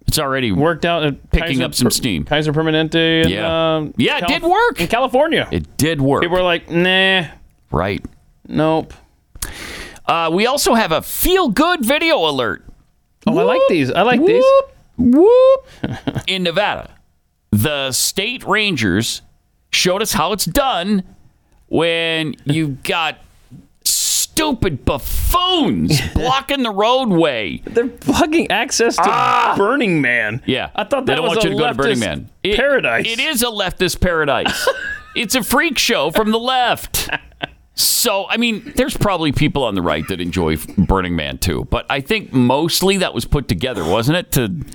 it's already
worked out. At
picking
Kaiser
up some
Per-
steam.
Kaiser Permanente. And,
Yeah.
um,
Yeah, it did work
in California.
It did work.
People were like, nah,
Right.
nope.
Uh, we also have a feel good video alert.
Oh, I like these. I like these.
Whoop. in Nevada, the state rangers showed us how it's done when you've got stupid buffoons blocking the roadway.
They're blocking access to Burning Man.
Ah! Yeah,
I thought that
they don't
was
want
a
you to go to Burning
leftist
Man.
paradise.
It is a leftist paradise. it's a freak show from the left. So, I mean, there's probably people on the right that enjoy Burning Man too, but I think mostly that was put together, wasn't it, to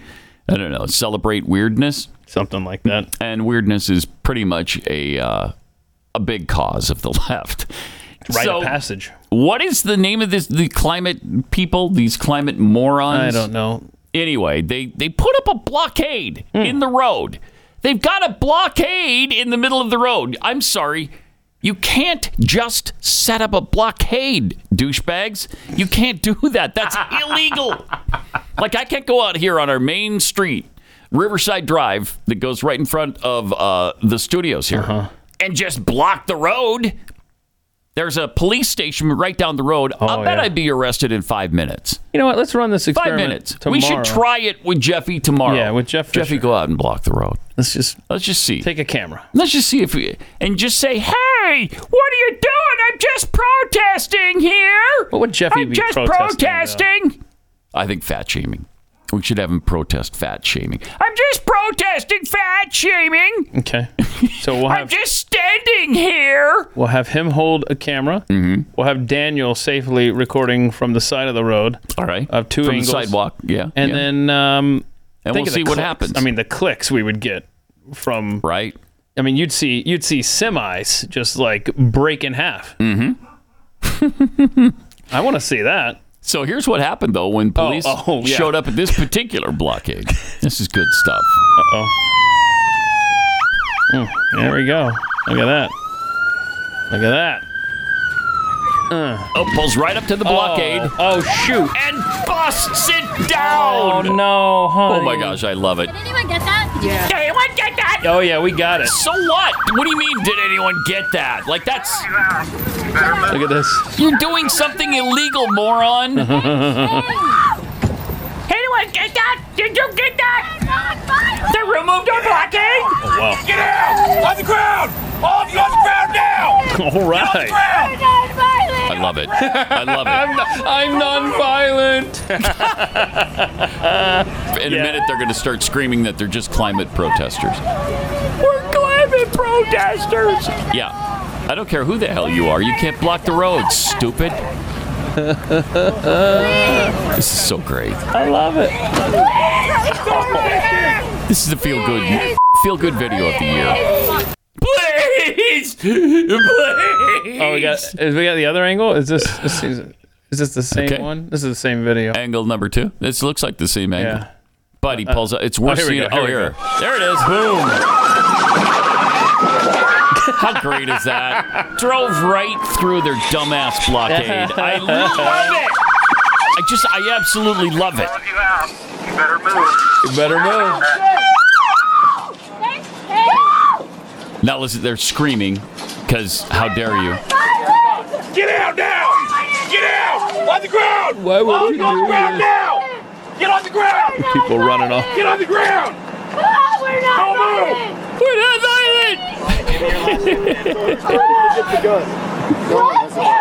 I don't know, celebrate weirdness,
something like that.
And weirdness is pretty much a uh, a big cause of the left.
Rite
so,
of passage.
What is the name of this? The climate people, these climate morons.
I don't know.
Anyway, they they put up a blockade in the road. They've got a blockade in the middle of the road. I'm sorry. You can't just set up a blockade, douchebags. You can't do that. That's illegal. Like I can't go out here on our main street, Riverside Drive, that goes right in front of uh, the studios here, and just block the road. There's a police station right down the road. I bet
yeah.
I'd be arrested in five minutes.
You know what? Let's run this
Five
experiment
minutes.
Tomorrow.
We should try it with Jeffy tomorrow.
Yeah, with Jeff.
Jeffy, go out and block the road.
Let's just
let's just see.
Take a camera.
Let's just see if we and just say, "Hey, what are you doing? I'm just protesting here."
What would Jeffy
I'm
be
just
protesting,
protesting. I think fat shaming. We should have him protest fat shaming. I'm just protesting fat shaming.
Okay. So we'll
I'm
have
just standing here.
we'll have him hold a camera. Mm-hmm. We'll have Daniel safely recording from the side of the road.
All right.
Of two
From the
angles.
sidewalk, yeah,
And
yeah.
then um, think
And we'll
of the
see what
clicks.
happens.
I mean, the clicks we would get from
right.
I mean, you'd see you'd see semis just like break in half.
Mm-hmm.
I want to see that.
So here's what happened though when police
Oh, oh, yeah.
showed up at this particular blockade. this is good stuff.
Uh oh. there we go. Look at that. Look at that.
Oh, pulls right up to the blockade.
Oh, shoot!
And busts it down.
Oh no, honey.
Oh my gosh, I love it.
anyone get that? Yeah.
Did anyone get that?
Oh yeah, we got it.
So what? What do you mean? Did anyone get that? Like that's
Look at this.
you're doing something illegal, moron.
Uh-huh.
Anyone get that? Did you get that? They removed our blockade.
Oh, wow.
Get out on the ground. All of you on the ground now.
All right.
I love it. I love it.
I'm non-violent.
In a minute, they're going to start screaming that they're just climate protesters.
We're climate protesters.
Yeah. I don't care who the hell you are. You can't block the road, stupid. this is so great.
I love it.
This is the feel good feel good video of the year. Please, please.
Oh, we got is we got the other angle. Is this this is, is this the same
Okay.
one? This is the same video.
Angle number two. This looks like the same angle.
Yeah.
But he pulls out. It's worse
oh, here we
seeing.
go,
oh,
here we
here.
go.
There it is. Boom. How great is that? Drove right through their dumbass blockade. I love it. I just, I absolutely love it.
You better move.
Now listen, they're screaming because how dare you?
Get out now! Get out! On the ground!
Why would
All
you
of on
do
the ground
this?
now! Get on the ground!
People running off.
Get on the ground! we're not Don't move!
We're not violent.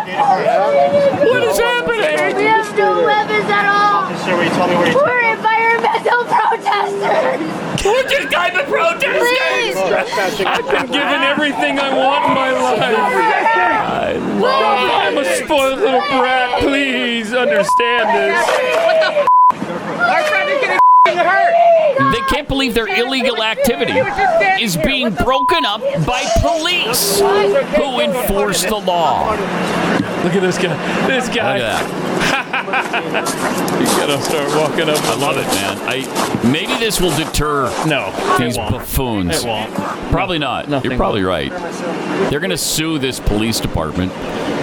What
is happening?
We have no weapons at all. We're environmental protesters.
We're just climate
Please.
I've been given everything I want in my I
I'm
love
a
it.
spoiled little brat. Please understand this.
They can't believe their illegal activity is being broken up by police who enforce the law.
Look at this guy. This guy.
Look at that.
You gotta start walking up.
I love it, man. I maybe this will deter
No,
these
it won't.
buffoons.
It won't.
Probably not.
Nothing
You're probably right. They're going to sue this police department.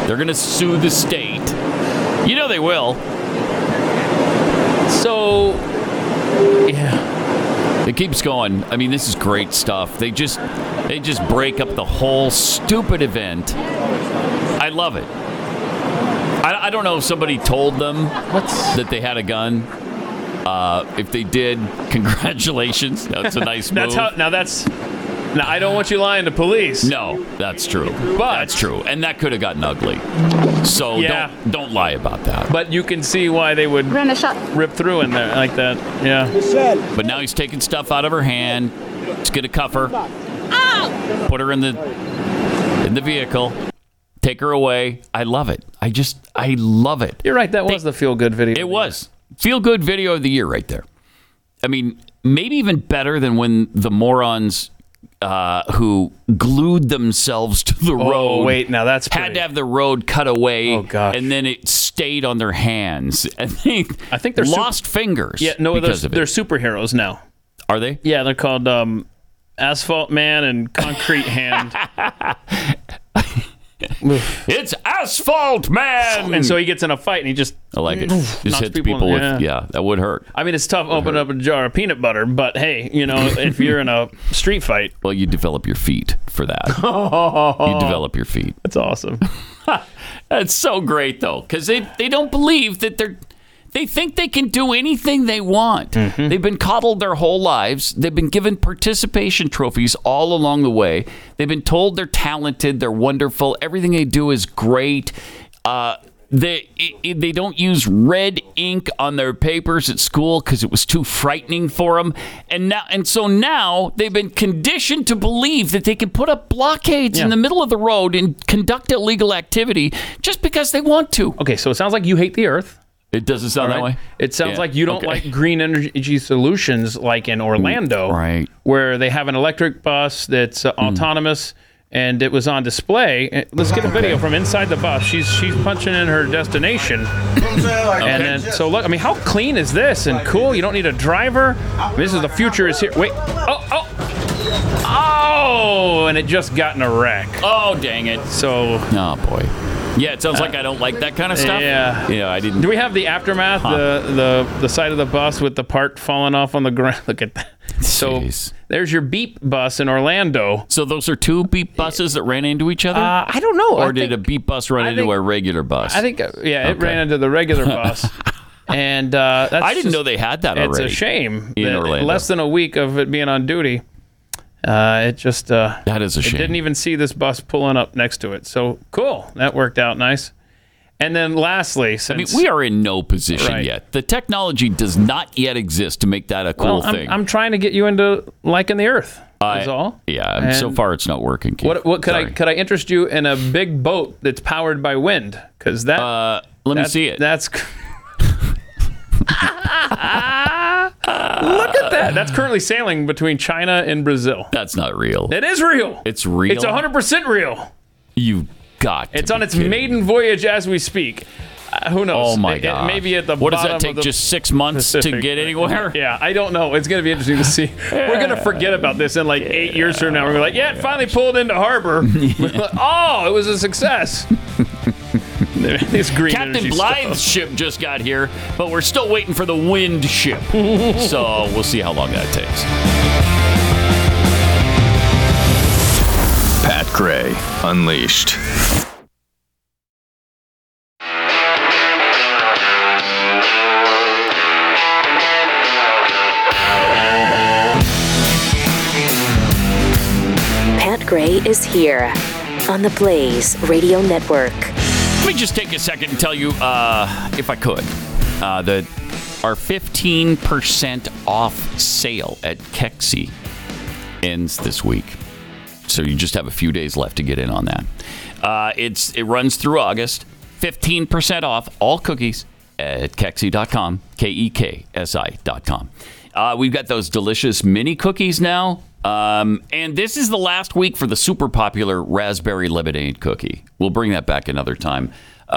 They're going to sue the state. You know they will.
So, yeah.
It keeps going. I mean, this is great stuff. They just they just break up the whole stupid event. I love it. I, I don't know if somebody told them that they had a gun. Uh, if they did, congratulations. That's a nice
That's
move.
how. Now that's Now, I don't want you lying to police.
No, that's true. that's true, and that could have gotten ugly. So
Yeah.
don't don't lie about that.
But you can see why they would
Run a shot.
rip through in there like that. Yeah.
But now he's taking stuff out of her hand. He's gonna cuff her, put her in the in the vehicle, take her away. I love it. I just I love it.
You're right. That was the feel good video.
It was feel good video of the year right there. I mean, maybe even better than when the morons uh, who glued themselves to the
Oh,
road.
wait, now that's
had to have the road cut away. Oh gosh. and then it stayed on their hands. And they I think
they're sup-
lost fingers.
Yeah, no, they're,
because of it.
they're superheroes now.
Are they?
Yeah, they're called um, Asphalt Man and Concrete Hand.
it's Asphalt Man!
And so he gets in a fight and he just.
I like it.
Oof,
Just
knocks
hits
Mm. people
people,
in-
with
yeah.
yeah. that would hurt.
I mean, it's tough opening up a jar of peanut butter, but hey, you know, if you're in a street fight.
Well, you develop your feet for that. you develop your feet.
That's awesome.
That's so great though, because they they don't believe that they're they think they can do anything they want. They've been coddled their whole lives. They've been given participation trophies all along the way. They've been told they're talented, they're wonderful, everything they do is great. Uh, they i- i- they don't use red ink on their papers at school because it was too frightening for them. And now and so now they've been conditioned to believe that they can put up blockades in the middle of the road and conduct illegal activity just because they want to.
Okay, so it sounds like you hate the earth.
It doesn't sound that way.
It sounds
Yeah,
like you don't
okay.
like green energy solutions like in Orlando,
right? Hmm.
Where they have an electric bus that's uh, autonomous and it was on display. Uh, Let's get a video from inside the bus. She's she's punching in her destination. And then, so look, I mean, how clean is this and cool? You don't need a driver. I mean, this is the future is here. Wait, oh, oh, oh, and it just got in a wreck.
Oh, dang it.
So,
oh boy. Yeah, it sounds like I don't like that kind of stuff.
Yeah.
Yeah, I didn't.
Do we have the aftermath, the, the the side of the bus with the part falling off on the ground? Look at that. So there's your beep bus in Orlando.
So those are two beep buses that ran into each other?
Uh, I don't know.
Or
I
did a beep bus run into
think-
a regular bus?
I think uh, yeah, it
Okay.
ran into the regular bus, and uh, that's
I didn't
just-
know they had that
It's a
already
shame.
in
that
Orlando.
Less than a week of it being on duty. Uh, it just uh,
that is a
It
shame.
didn't even see this bus pulling up next to it. So cool, that worked out nice. And then lastly,
I mean,
since
we are in no position
Right.
yet. The technology does not yet exist to make that a cool
well, I'm-
thing.
I'm, trying to get you into liking the Earth.
I-
That's all.
Yeah, and so
And-
far it's not working. Keith.
What, what could I
Sorry.
could I interest you in a big boat that's powered by wind? Because that uh,
let me see it.
That's look at that. That's currently sailing between China and Brazil.
That's not real.
It is real.
It's real.
It's 100 percent real.
You got. to
It's on
be
its
kidding.
maiden voyage as we speak. Uh, who knows?
Oh my
It- it
god!
may be at the
What does
bottom
that
of
take?
the
Just six months to
Pacific.
get anywhere?
Yeah, I don't know. It's going to be interesting to see. We're going to forget about this in like eight years from now. We're gonna be like, yeah, it finally pulled into harbor. oh, it was a success. this green
Captain
energy
Blythe's ship just got here, but we're still waiting for the wind ship. so we'll see how long that takes.
Pat Gray Unleashed.
Pat Gray is here on the Blaze Radio Network.
Let me just take a second and tell you, uh, if I could, uh, that our 15% off sale at Kexi ends this week. So you just have a few days left to get in on that. Uh, it's It runs through August. 15% off all cookies at kexi.com, K E K S I.com. Uh, we've got those delicious mini cookies now. Um, and this is the last week for the super popular raspberry lemonade cookie. We'll bring that back another time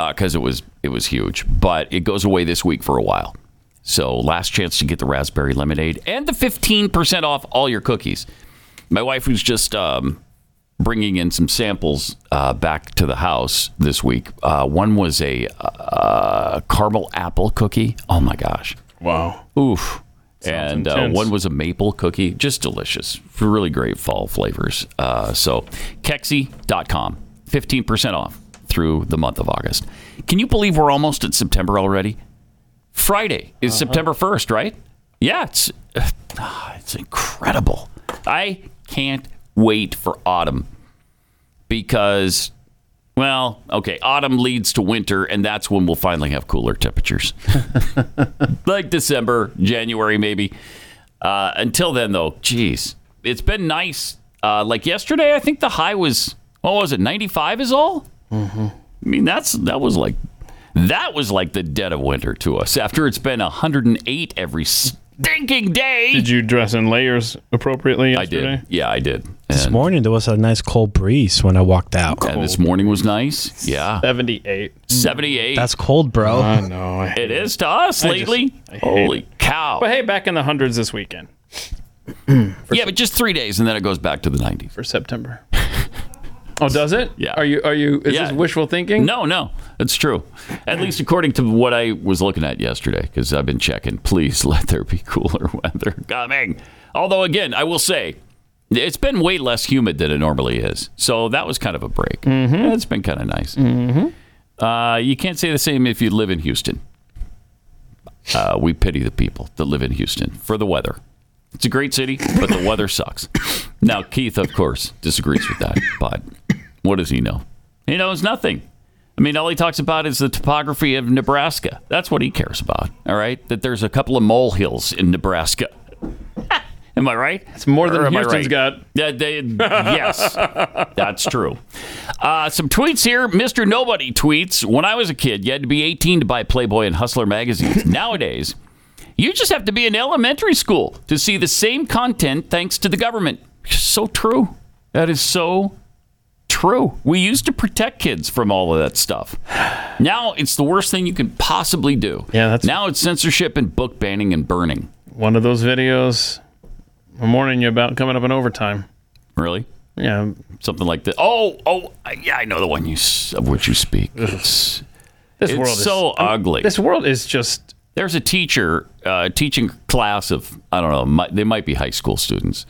because it was it was huge. But it goes away this week for a while. So last chance to get the raspberry lemonade and the 15% off all your cookies. My wife was just um, bringing in some samples uh, back to the house this week. Uh, one was a uh, caramel apple cookie. Oh my gosh.
Wow.
Oof. and uh,
intense.
one was a maple cookie. Just delicious. Really great fall flavors. Uh, so, kexi.com. 15% off through the month of August. Can you believe we're almost at September already? Friday is
Uh-huh.
September 1st, right? Yeah, it's, it's incredible. I can't wait for autumn because, well, okay, autumn leads to winter, and that's when we'll finally have cooler temperatures. like December, January, maybe. Uh, until then, though, geez, it's been nice. Uh, like yesterday, I think the high was, what was it, 95 is all?
Mm-hmm.
I mean, that's that was like that was like the dead of winter to us after it's been 108 every stinking day.
Did you dress in layers appropriately yesterday?
I did. Yeah, I did.
This morning there was a nice cold breeze when I walked out.
And this morning was nice. Yeah.
78.
78.
That's cold, bro.
I know. I
It is to us
I
lately.
just- I hate
Holy
it.
cow.
But hey, back in the hundreds this weekend
yeah, but just three days and then it goes back to the 90s.
for September. oh, does it? Yeah. Are you? Are you? Is
Yeah.
this wishful thinking?
No, no, it's true. At least according to what I was looking at yesterday, because I've been checking. Please let there be cooler weather coming. Although, again, I will say it's been way less humid than it normally is. So that was kind of a break.
Mm-hmm.
Yeah, It's been kind of nice. Uh, you can't say the same if you live in Houston. Uh, we pity the people that live in Houston for the weather. It's a great city, but the weather sucks. Now, Keith, of course, disagrees with that, but what does he know? He knows nothing. I mean, all he talks about is the topography of Nebraska. That's what he cares about, all right? That there's a couple of molehills in Nebraska. Am I right? It's
more than
Houston's
Houston's got.
Yeah, they, yes, that's true. Uh, some tweets here. Mr. Nobody tweets When I was a kid, you had to be 18 to buy Playboy and Hustler magazines. Nowadays, you just have to be in elementary school to see the same content thanks to the government. So true. That is so true. We used to protect kids from all of that stuff. Now it's the worst thing you can possibly do. Yeah, that's now it's censorship and book banning and burning.
One of those videos. I'm warning you about coming up in overtime.
Really?
Yeah.
Something like that. Oh, oh, yeah, I know the one you s- of which you speak. It's,
This
it's
world is-
so
I mean,
ugly.
this world is just.
There's a teacher uh, teaching class of I don't know. mi- They might be high school students,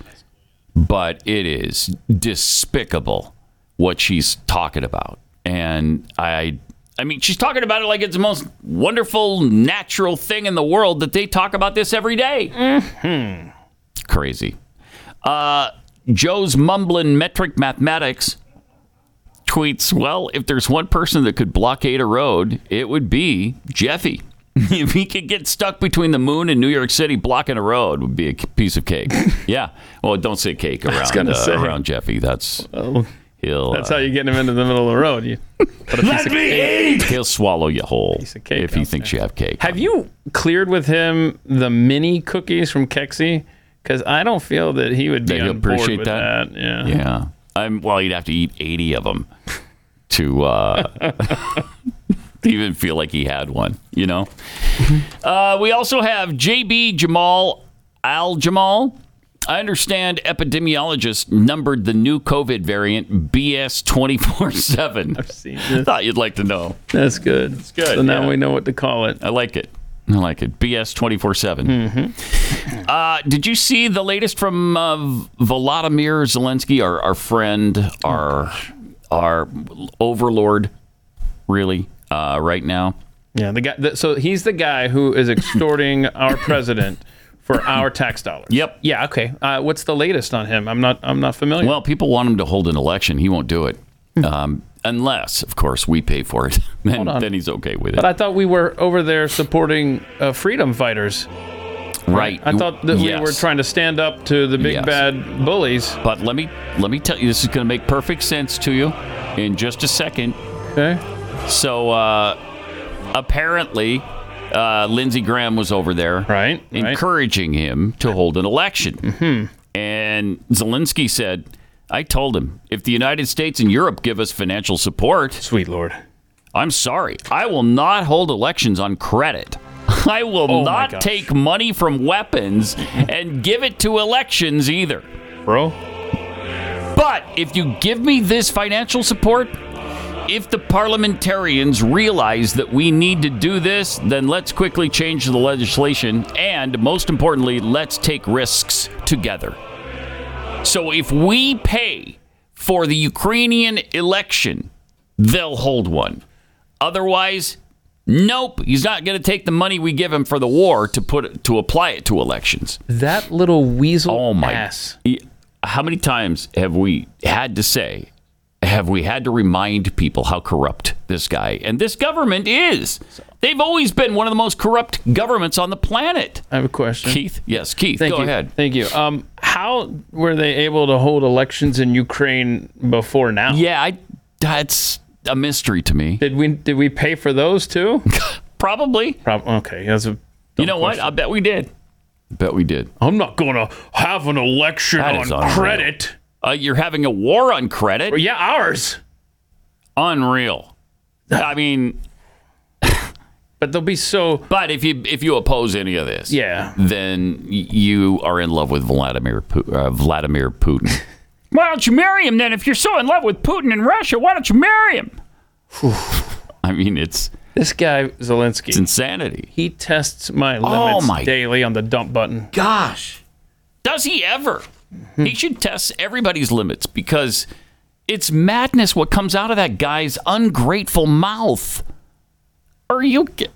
but it is despicable what she's talking about. And I, I mean, she's talking about it like it's the most wonderful natural thing in the world that they talk about this every day.
Hmm.
Crazy. Uh, Joe's Mumblin Metric Mathematics tweets, well, if there's one person that could blockade a road, it would be Jeffy. if he could get stuck between the moon and New York City, blocking a road would be a c- piece of cake. yeah. Well, don't say cake
I was
around,
gonna
uh,
say.
around Jeffy. That's he'll
That's
uh,
how you get him into the middle of the road. You put a piece of cake.
he'll swallow you whole if he thinks you have cake.
Have you cleared with him the mini cookies from Kexi? Because I don't feel that he would be
That he'll
on board
appreciate
with
that.
that. Yeah.
Yeah. I'm well, you'd have to eat 80 of them to uh even feel like he had one, you know. Uh, we also have JB Jamal Al Jamal. I understand epidemiologists numbered the new COVID variant BS 24 7. I've
seen
Thought you'd like to know.
That's good. That's
good.
So now
yeah.
we know what to call it.
I like it. I like it. BS 24 7.
Mm-hmm.
Uh, did you see the latest from uh, Volodymyr Zelensky, our, our
Oh,
friend, our, our overlord, really, uh, right now?
Yeah. The guy. The, so he's the guy who is extorting our president for our tax dollars.
Yep.
Yeah. Okay. Uh, what's the latest on him? I'm not. I'm not familiar.
Well, people want him to hold an election. He won't do it. Um, unless, of course, we pay for it. then,
Hmm. Hold on.
then he's okay with it.
But I thought we were over there supporting uh, freedom fighters.
Right.
I thought that
Yes.
we were trying to stand up to the big
Yes.
bad bullies.
But let me let me tell you, this is going to make perfect sense to you in just a second.
Okay.
So uh, apparently, uh, Lindsey Graham was over there, right, encouraging him to hold an election. And Zelensky said, "I told him if the United States and Europe give us financial support,
sweet lord,
I'm sorry, I will not hold elections on credit." I will
Oh my
not
gosh.
take money from weapons and give it to elections either.
Bro,
but if you give me this financial support, if the parliamentarians realize that we need to do this, then let's quickly change the legislation and, most importantly, let's take risks together. So if we pay for the Ukrainian election, they'll hold one. Otherwise, nope, he's not going to take the money we give him for the war to put to apply it to elections.
That little weasel
oh my.
ass.
He- how many times have we had to say, have we had to remind people how corrupt this guy and this government is? They've always been one of the most corrupt governments on the planet.
I have a question.
Keith? Yes, Keith,
Thank
go
you.
ahead.
Thank you. Um, how were they able to hold elections in Ukraine before now?
Yeah, I, that's a mystery to me.
Did we did we pay for those too?
Probably.
Prob- okay, that's a. You
know what? I bet we did. Bet we did.
I'm not going to have an election
That
on
is unreal.
credit.
Uh, you're having a war on credit?
yeah, ours.
Unreal. I mean,
but they'll be so.
But if you if you oppose any of this,
Yeah.
then y- you are in love with Vladimir Pu- uh, Vladimir Putin.
Why don't you marry him then? If you're so in love with Putin and Russia, why don't you marry him?
I mean, it's
this guy Zelensky. It's
insanity.
He tests my
Oh,
limits
my-
daily on the dump button.
Gosh, does he ever? he should test everybody's limits because it's madness what comes out of that guy's ungrateful mouth. Are you ki-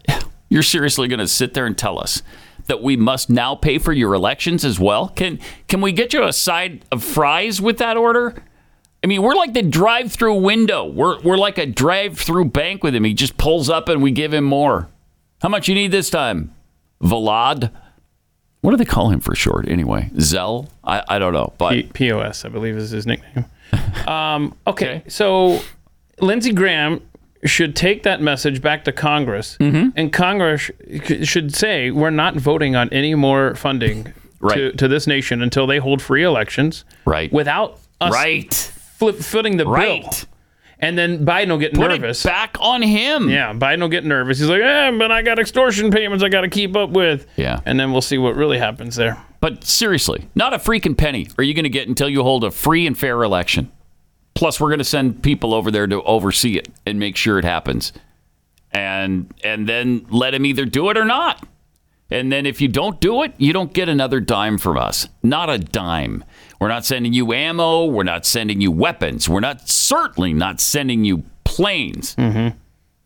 you're seriously going to sit there and tell us that we must now pay for your elections as well? Can can we get you a side of fries with that order? I mean, we're like the drive-through window. We're we're like a drive-through bank with him. He just pulls up and we give him more. How much you need this time? Vlad? What do they call him for short anyway? Zell? I, I don't know, but
POS, I believe, is his nickname. Um, okay, so Lindsey Graham should take that message back to Congress,
Mm-hmm.
and Congress sh- should say we're not voting on any more funding to, to this nation until they hold free elections,
right?
Without us
Right.
flip footing the bill.
Right.
And then Biden will get
Put it
nervous.
back on him.
Yeah, Biden will get nervous. He's like, eh, but I got extortion payments I got to keep up with.
Yeah.
And then we'll see what really happens there.
But seriously, not a freaking penny are you going to get until you hold a free and fair election. Plus, we're going to send people over there to oversee it and make sure it happens, and and then let him either do it or not. And then if you don't do it, you don't get another dime from us. Not a dime. We're not sending you ammo. We're not sending you weapons. We're not certainly not sending you planes.
Mm-hmm.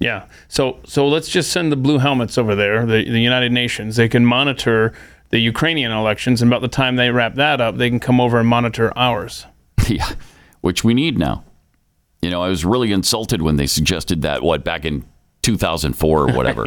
Yeah. So so let's just send the blue helmets over there, the, the United Nations. They can monitor the Ukrainian elections, and about the time they wrap that up, they can come over and monitor ours.
yeah, which we need now. You know, I was really insulted when they suggested that. What back in 2004 or whatever.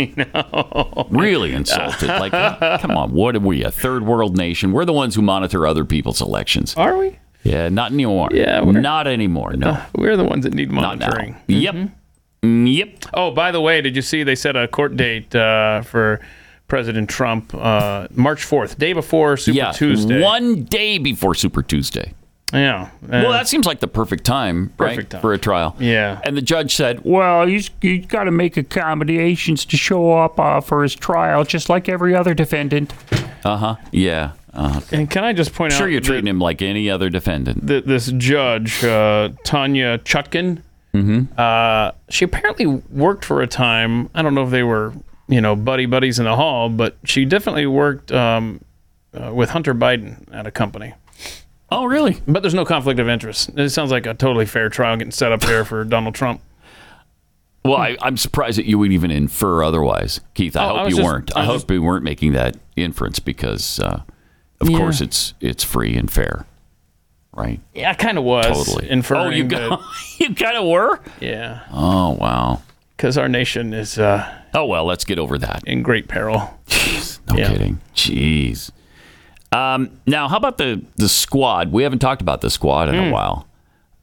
Really insulted. like, uh, come on, what are we? A third world nation? We're the ones who monitor other people's elections.
Are we?
Yeah, not anymore.
Yeah, we're-
not anymore. No,
we're the ones that need
Not now.
monitoring.
Yep. Mm-hmm. Yep.
Oh, by the way, did you see they set a court date uh, for President Trump uh, March 4th, day before Super
yeah,
Tuesday?
one day before Super Tuesday.
Yeah.
well, that seems like the perfect time, right,
Perfect time.
for a trial.
Yeah.
And the judge said,
Well, he's, he's got to make accommodations to show up uh, for his trial, just like every other defendant.
"Uh huh, yeah." Uh-huh.
And can I just point out
Sure, you're treating him like any other defendant.
th- this judge, uh, Tanya Chutkin,
Mm-hmm.
uh, she apparently worked for a time. I don't know if they were, you know, buddy buddies in the hall, but she definitely worked um, uh, with Hunter Biden at a company.
Oh, really?
But there's no conflict of interest. It sounds like a totally fair trial getting set up there for Donald Trump.
Well, I, I'm surprised that you would even infer otherwise, Keith. I
Oh,
hope
I was
you
just-
weren't.
I
I,
was
hope
just-
we weren't making that inference because, uh, of
Yeah.
course, it's it's free and fair, right?
Yeah, I kind of was.
Totally.
Inferring
Oh, you
that-
go- you kind of were.
Yeah.
Oh wow.
Because our nation is. Uh,
oh well, let's get over that.
In great peril.
Jeez, no kidding. Jeez. Um, now, how about the the squad? We haven't talked about the squad in a while,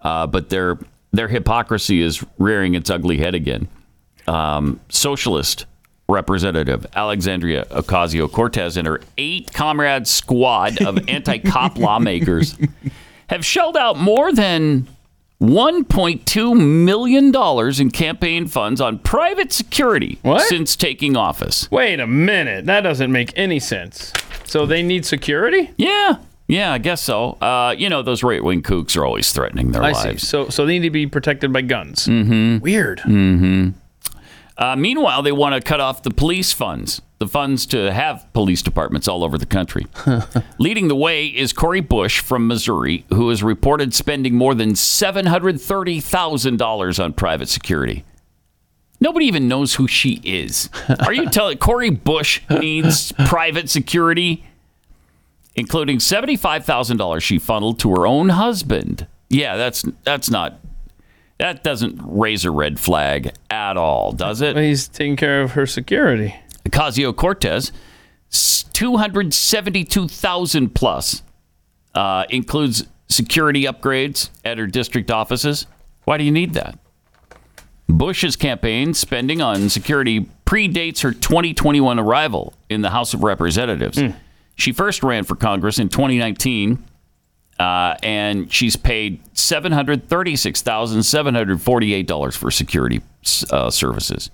uh, but their their hypocrisy is rearing its ugly head again. Um, socialist representative Alexandria Ocasio Cortez and her eight comrade squad of anti cop lawmakers have shelled out more than $1.2 million in campaign funds on private security since taking office.
Wait a minute. That doesn't make any sense. So they need security?
Yeah. Yeah, I guess so. Uh, you know, those right wing kooks are always threatening their
I see.
lives.
So, so they need to be protected by guns.
Mm-hmm.
Weird.
hmm Uh, meanwhile, they want to cut off the police funds, the funds to have police departments all over the country. Leading the way is Cory Bush from Missouri, who is reported spending more than $730,000 on private security. Nobody even knows who she is. Are you telling Cory Bush needs private security? including $75,000 she funneled to her own husband. Yeah, that's that's not that doesn't raise a red flag at all, does it?
He's taking care of her security.
Ocasio Cortez, 272,000 plus, uh, includes security upgrades at her district offices. Why do you need that? Bush's campaign spending on security predates her 2021 arrival in the House of Representatives. She first ran for Congress in 2019, uh, and she's paid $736,748 for security uh, services.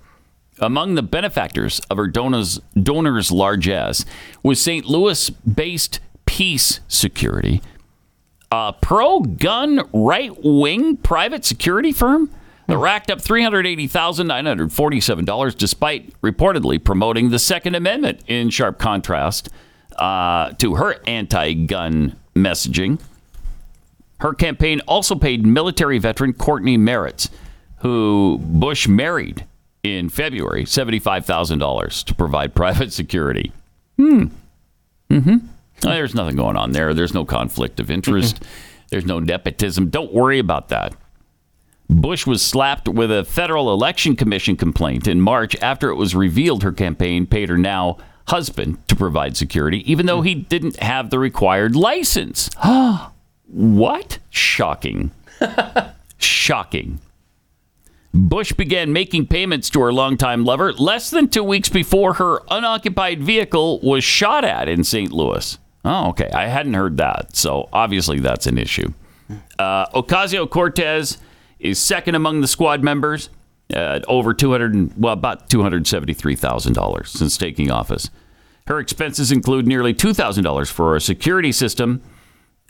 Among the benefactors of her donors, donors largesse was St. Louis based Peace Security, a pro gun right wing private security firm that racked up $380,947 despite reportedly promoting the Second Amendment in sharp contrast uh, to her anti gun messaging. Her campaign also paid military veteran Courtney Merritt, who Bush married in February, $75,000 to provide private security.
Hmm.
Mm-hmm. There's nothing going on there. There's no conflict of interest. There's no nepotism. Don't worry about that. Bush was slapped with a federal election commission complaint in March after it was revealed her campaign paid her now husband to provide security, even though he didn't have the required license. what? Shocking. Shocking. Bush began making payments to her longtime lover less than two weeks before her unoccupied vehicle was shot at in St. Louis. Oh, okay. I hadn't heard that. So obviously that's an issue. Uh, Ocasio Cortez is second among the squad members at over 200, and- well, about $273,000 since taking office. Her expenses include nearly $2,000 for a security system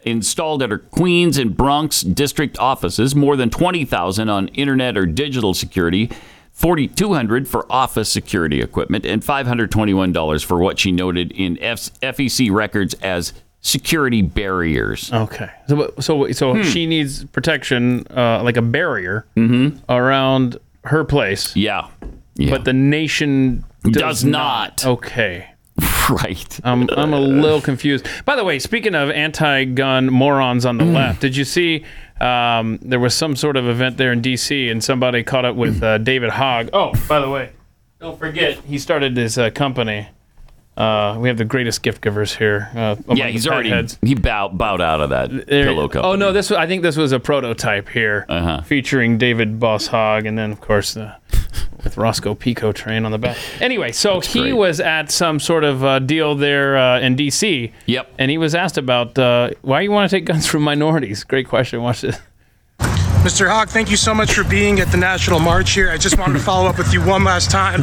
installed at her Queens and Bronx district offices, more than 20,000 on internet or digital security, 4200 for office security equipment and $521 for what she noted in F- FEC records as security barriers.
Okay. So, what- so, what- so
Hmm.
she needs protection, uh, like a barrier
Mhm.
around her place.
Yeah.
But the nation does,
Does not.
Okay.
Right.
I'm, I'm a little confused. By the way, speaking of anti gun morons on the
Mm.
left, did you see um, there was some sort of event there in D.C. and somebody caught up with uh, David Hogg? Oh, by the way, don't forget, he started his uh, company. Uh, we have the greatest gift givers here. Uh,
yeah,
among
he's
the
already
heads.
he bowed, bowed out of that
There-
pillow company. Uh-huh.
Oh no, this was, I think this was a prototype here, featuring David Boss Hogg, and then of course the, with Roscoe Pico train on the back. Anyway, so he was at some sort of uh, deal there uh, in D.C.
Yep,
and he was asked about uh, why you want to take guns from minorities. Great question. Watch this.
Mr. Hawk, thank you so much for being at the National March here. I just wanted to follow up with you one last time.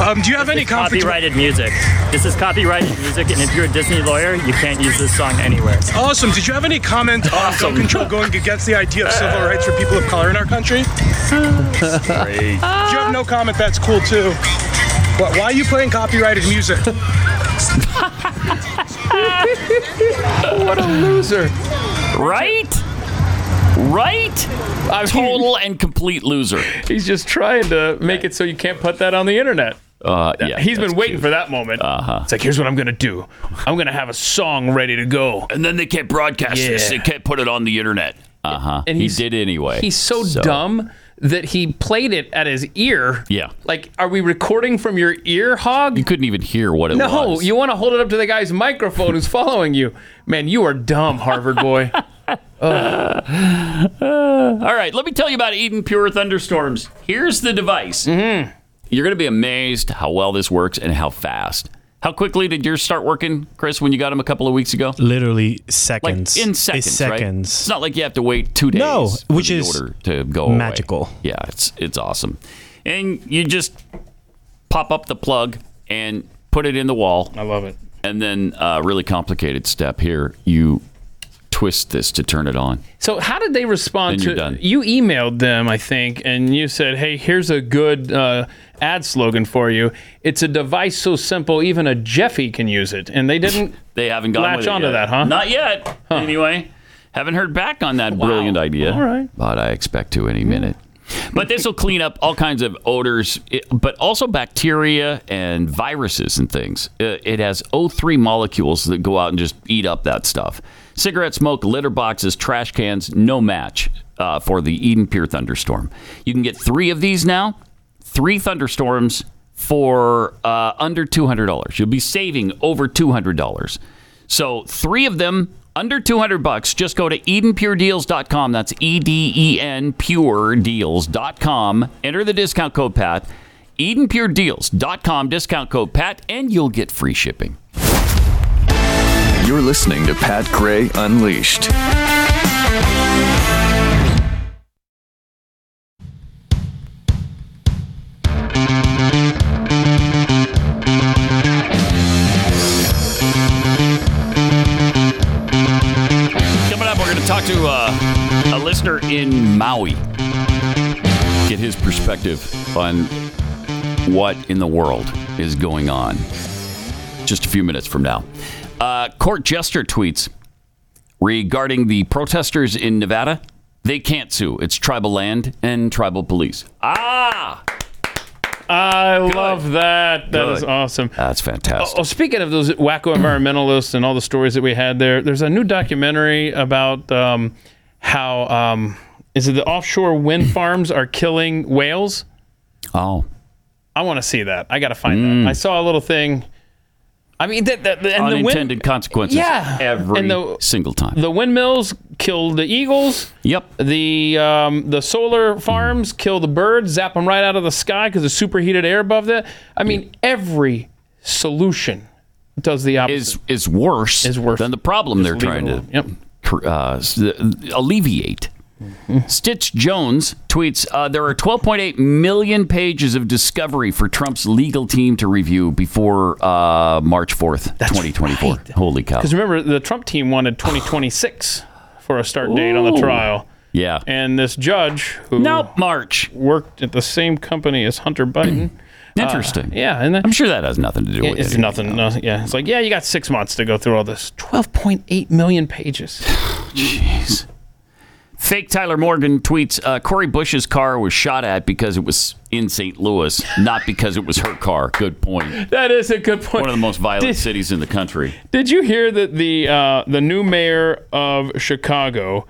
Um, do you have any conflict?
Copyrighted music. This is copyrighted music, and if you're a Disney lawyer, you can't use this song anywhere.
Awesome. Did you have any comment on gun control going against the idea of civil rights for people of color in our country?
Great.
If you have no comment, that's cool too. But why are you playing copyrighted music?
what a loser.
Right? Right? Total and complete loser.
He's just trying to make it so you can't put that on the internet.
Uh, yeah,
He's been waiting for that moment. Uh-huh. It's like, here's what I'm gonna do. I'm gonna have a song ready to go.
And then they can't broadcast this. They can't put it on the internet. Uh huh.
And
He
he's-
did anyway.
He's so, dumb that he played it at his ear.
Yeah.
Like, are we recording from your ear, Hog? You
couldn't even hear what it
no,
was.
you want to hold it up to the guy's microphone who's following you. Man, you are dumb, Harvard boy.
Uh, All right, let me tell you about Eden Pure Thunderstorms. Here's the device. You're going to be amazed how well this works and how fast. How quickly did yours start working, Chris, when you got them a couple of weeks ago?
Literally seconds.
Like in seconds,
It's
right?
seconds.
It's not like you have to wait two days.
No,
for
which
the
is
order to go away.
magical.
Yeah, it's it's awesome, and you just pop up the plug and put it in the wall. I
love it.
And then uh, really complicated step here, you twist this to turn it on.
So how did they respond
Then
to
you're done.
you emailed them, I think, and you said, "Hey, here's a good uh, ad slogan for you. It's a device so simple even a Jeffy can use it." And they didn't
They haven't gone
latch
with it
onto
yet.
that, huh?
Not yet. Anyway, haven't heard back on that brilliant idea.
All right. Hmm.
but I expect to any minute. But this will clean up all kinds of odors, it- but also bacteria and viruses and things. Uh, It has O3 molecules that go out and just eat up that stuff. Cigarette smoke, litter boxes, trash cans, no match uh, for the Eden Pier thunderstorm. You can get three of these now, three thunderstorms for uh, under $200. You'll be saving over $200. So three of them under 200 bucks. Just go to EdenPureDeals.com. That's E E-D-E-N Pure Deals.com. Enter the discount code Pat. EdenPureDeals.com discount code Pat, and you'll get free shipping.
You're listening to Pat Gray Unleashed.
Coming up, we're going to talk to uh, a listener in Maui. Get his perspective on what in the world is going on. Just a few minutes from now. Uh, Court Jester tweets regarding the protesters in Nevada. They can't sue. It's tribal land and tribal police. Ah!
I love that. That is
Good.
awesome.
That's fantastic.
Oh, speaking of those wacko environmentalists and all the stories that we had there, there's a new documentary about um, how um, is it the offshore wind farms are killing whales?
Oh,
I want to see that. I got to find
Mm.
that. I saw a little thing. I mean, that, that, and the wind-
Unintended consequences
Yeah.
every
And the-
single time.
The windmills kill the eagles.
Yep.
The um, the solar
Mm.
farms kill the birds, zap them right out of the sky because of superheated air above that. I mean, every solution does the opposite.
Is is worse. Is worse than the problem they're trying to cr- uh, s- alleviate. Stitch Jones tweets uh, There are 12.8 million pages of discovery for Trump's legal team to review before uh, March 4th, 2024. Holy cow.
Because remember, the Trump team wanted 2026 for a start date on the
Ooh.
trial.
Yeah.
And this judge who now
March
worked at the same company as Hunter Biden. uh,
Interesting.
yeah, and
I'm sure that has nothing to do
it-
with
it's
it.
nothing. No, yeah, it's like yeah, you got six months to go through all this. 12.8 million pages.
Jeez. Fake Tyler Morgan tweets uh, Corey Bush's car was shot at because it was in St. Louis, not because it was her car. Good point.
That is a good point.
One of the most violent
Did-
cities in the country.
Did you hear that the uh, the new mayor of Chicago,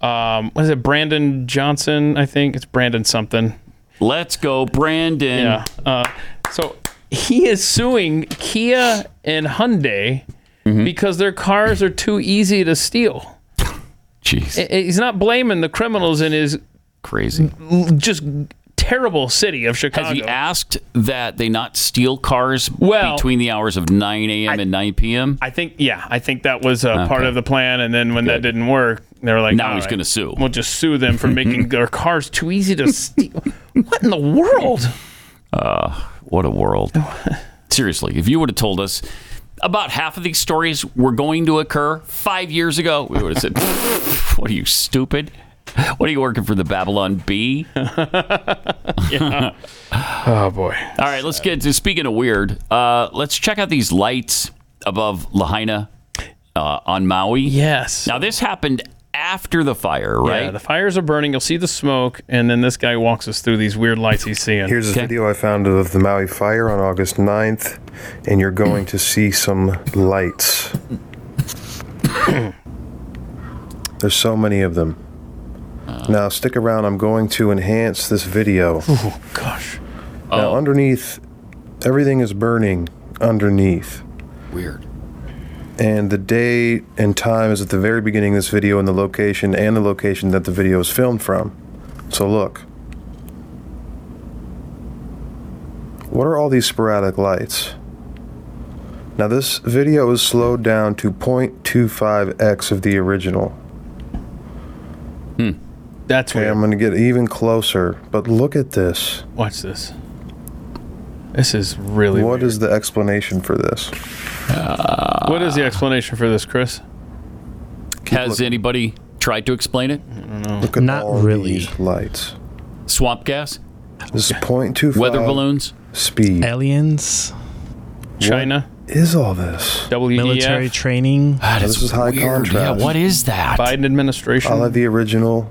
um, what is it, Brandon Johnson? I think it's Brandon something.
Let's go, Brandon.
Yeah. Uh, so he is suing Kia and Hyundai because their cars are too easy to steal.
Jeez.
He's not blaming the criminals in his
crazy,
just terrible city of Chicago.
Has he asked that they not steal cars
Well-
between the hours of 9 a.m. and 9 p.m.?
I think, yeah, I think that was uh, part of the plan. And then when that didn't work, they were like,
Now
"All
he's
right,
gonna sue."
We'll just sue them for making their cars too easy to steal. what in the world?
Uh, what a world. Seriously, if you would have told us about half of these stories were going to occur five years ago, we would have said, "Pfft, What are you, stupid? What are you working for the Babylon Bee?
Oh, boy.
All right, let's get to speaking of weird. Uh, let's check out these lights above Lahaina uh, on Maui.
Yes.
Now, this happened after the fire, right?
Yeah, the fires are burning. You'll see the smoke, and then this guy walks us through these weird lights he's seeing.
Here's a video I found of the Maui fire on August 9th, and you're going to see some lights. There's so many of them. Now, stick around. I'm going to enhance this video. Oh,
gosh.
Now, underneath, everything is burning underneath.
Weird.
And the date and time is at the very beginning of this video, and the location and the location that the video is filmed from. So, look. What are all these sporadic lights? Now, this video is slowed down to 0.25x of the original.
Hmm. That's
okay, I'm going to get even closer, but look at this.
Watch this. This is really.
What is the explanation for this?
what
Ah.
is the explanation for this, Chris?
Has anybody tried to explain it?
Look at Not all really. these lights.
Swamp gas?
This is 0.25
Weather balloons?
Speed.
Aliens.
China. E
What is all this?
Military training.
this is high contrast.
is that?
Biden administration.
I'll have the original.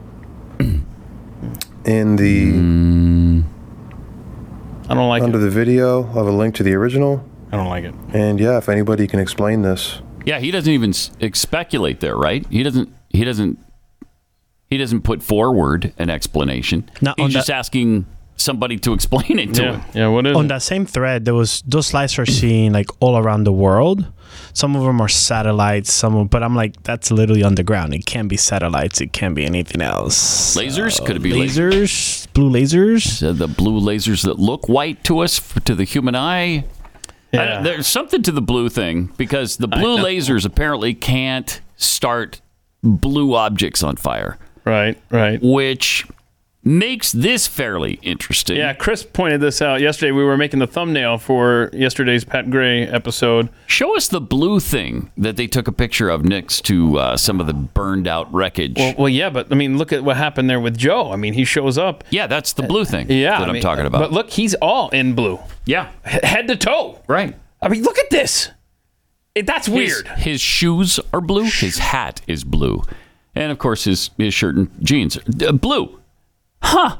in the.
I don't like
under the video. I'll have a link to the original.
I don't like it.
And yeah, if anybody can explain this,
Yeah, he doesn't even s- ex- speculate there, right? He doesn't. He doesn't. He doesn't put forward an explanation.
Not
He's
on
just asking somebody to explain it to him.
Yeah, what is
on that same thread? There was those slides are seen like all around the world. Some of them are satellites. Some, of, but I'm like, that's literally underground. It can't be satellites. It can't be anything else.
Lasers?
So,
Could it be
lasers?
lasers? Uh,
Blue lasers?
the blue lasers that look white to us, f- to the human eye. I don't- there's something to the blue thing because the blue lasers apparently can't start blue objects on fire.
Right, right.
Which makes this fairly interesting.
Yeah, Chris pointed this out yesterday. We were making the thumbnail for yesterday's Pat Gray episode.
Show us the blue thing that they took a picture of next to uh, some of the burned out wreckage.
Well, well, yeah, but I mean, look at what happened there with Joe. I mean, he shows up.
Yeah, that's the blue thing
Yeah, I
that I'm
mean, uh,
talking about.
But look, he's all in blue.
Yeah,
head to toe.
Right.
I mean, look at this. It, that's
His-
weird.
His, shoes are blue. His hat is blue, and of course his his shirt and jeans are uh, blue. Huh?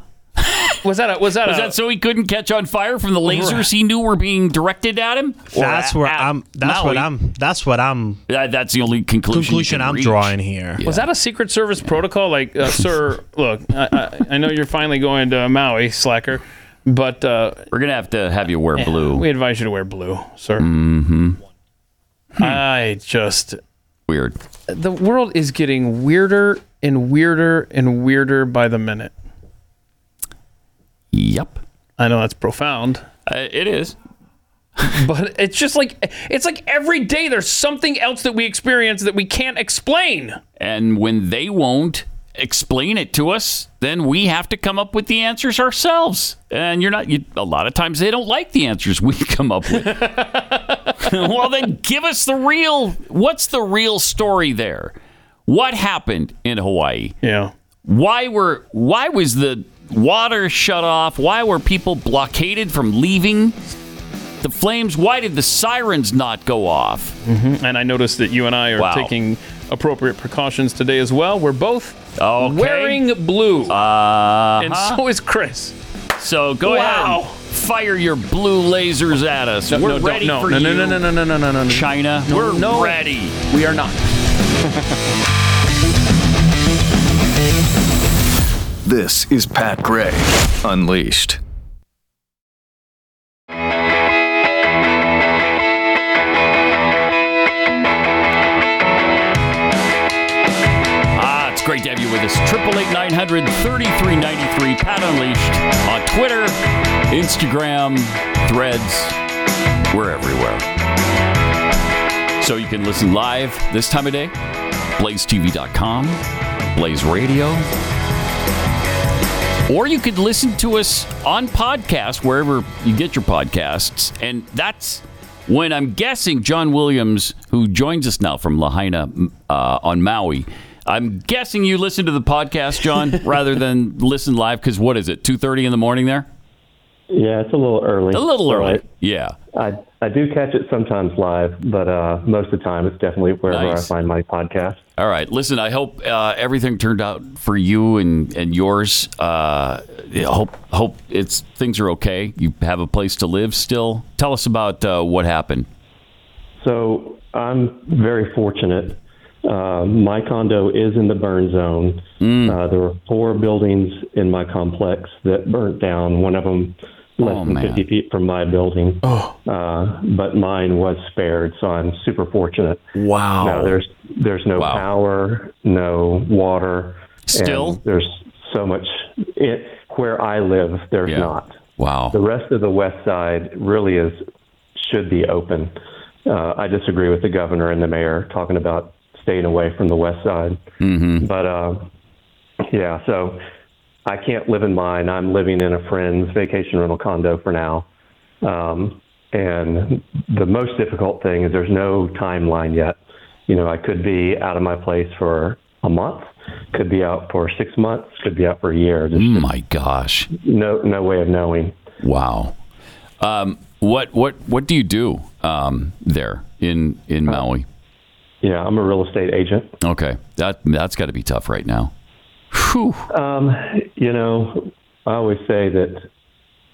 Was that a, was that
was
a-
that so he couldn't catch on fire from the lasers
Right.
he knew were being directed at him? Or
That's
at-
where
at
I'm. That's what
Maui?
I'm. That's what I'm.
That, Uh, that's the only conclusion. you
Conclusion
can
I'm
reach.
drawing here.
Was that a Secret Service protocol? Like, uh, sir, look, I, I, I know you're finally going to Maui, slacker, but uh,
We're gonna have to have you wear
eh,
blue.
We advise you to wear blue, sir. Hmm.
Mm-hmm.
I just
weird.
The world is getting weirder and weirder and weirder by the minute.
Yep.
I know that's profound.
Uh, it is.
but it's just like it's like every day there's something else that we experience that we can't explain.
And when they won't explain it to us, then we have to come up with the answers ourselves. And you're not, you, a lot of times they don't like the answers we come up with. well, then give us the real, what's the real story there? What happened in Hawaii?
Yeah.
Why were, why was the water shut off? Why were people blockaded from leaving? The flames, why did the sirens not go off?
And I noticed that you and I are
Wow.
taking appropriate precautions today as well. We're both
Okay.
wearing blue.
Uh,
And so is Chris.
So go
Wow.
ahead, fire your blue lasers at us. We're
don't-
ready
no,
for
no,
you.
no, no, no, no, no, no, no, no, no.
China,
No,
we're
no,
ready.
We are not.
This is Pat Gray Unleashed.
Ah, it's great to have you with us. Triple eight nine hundred thirty three ninety three. Pat Unleashed on Twitter, Instagram, Threads. We're everywhere. So you can listen live this time of day. BlazeTV.com, Blaze Radio. Or you could listen to us on podcast wherever you get your podcasts. And that's when I'm guessing John Williams, who joins us now from Lahaina uh, on Maui. I'm guessing you listen to the podcast, John, rather than listen live because what is it, 2.30 in the morning there?
Yeah, it's a little early.
A little early.
Alright.
Yeah.
I I do catch it sometimes live, but uh, most of the time it's definitely wherever
Nice.
I find my podcast.
All right. Listen, I hope uh, everything turned out for you and and yours. Uh, I hope hope it's things are okay. You have a place to live still. Tell us about uh, what happened.
So I'm very fortunate. Uh, my condo is in the burn zone. Uh, there were four buildings in my complex that burnt down. One of them less than 50 feet from my building. Uh, but mine was spared, so I'm super fortunate.
Wow.
Now, there's there's no
Oh.
power, no water. and
Still?
there's so much. It, where I live, there's not.
Wow.
The rest of the west side really is should be open. Uh, I disagree with the governor and the mayor talking about staying away from the west side.
Mm-hmm.
But uh, yeah, so I can't live in mine. I'm living in a friend's vacation rental condo for now. Um, and the most difficult thing is there's no timeline yet. You know, I could be out of my place for a month, could be out for six months, could be out for a year.
Mm. my gosh!
No, no way of knowing.
Wow. Um, what what what do you do um, there in in Maui?
Uh, Yeah, I'm a real estate agent.
Okay, that that's got to be tough right now.
Um, You know, I always say that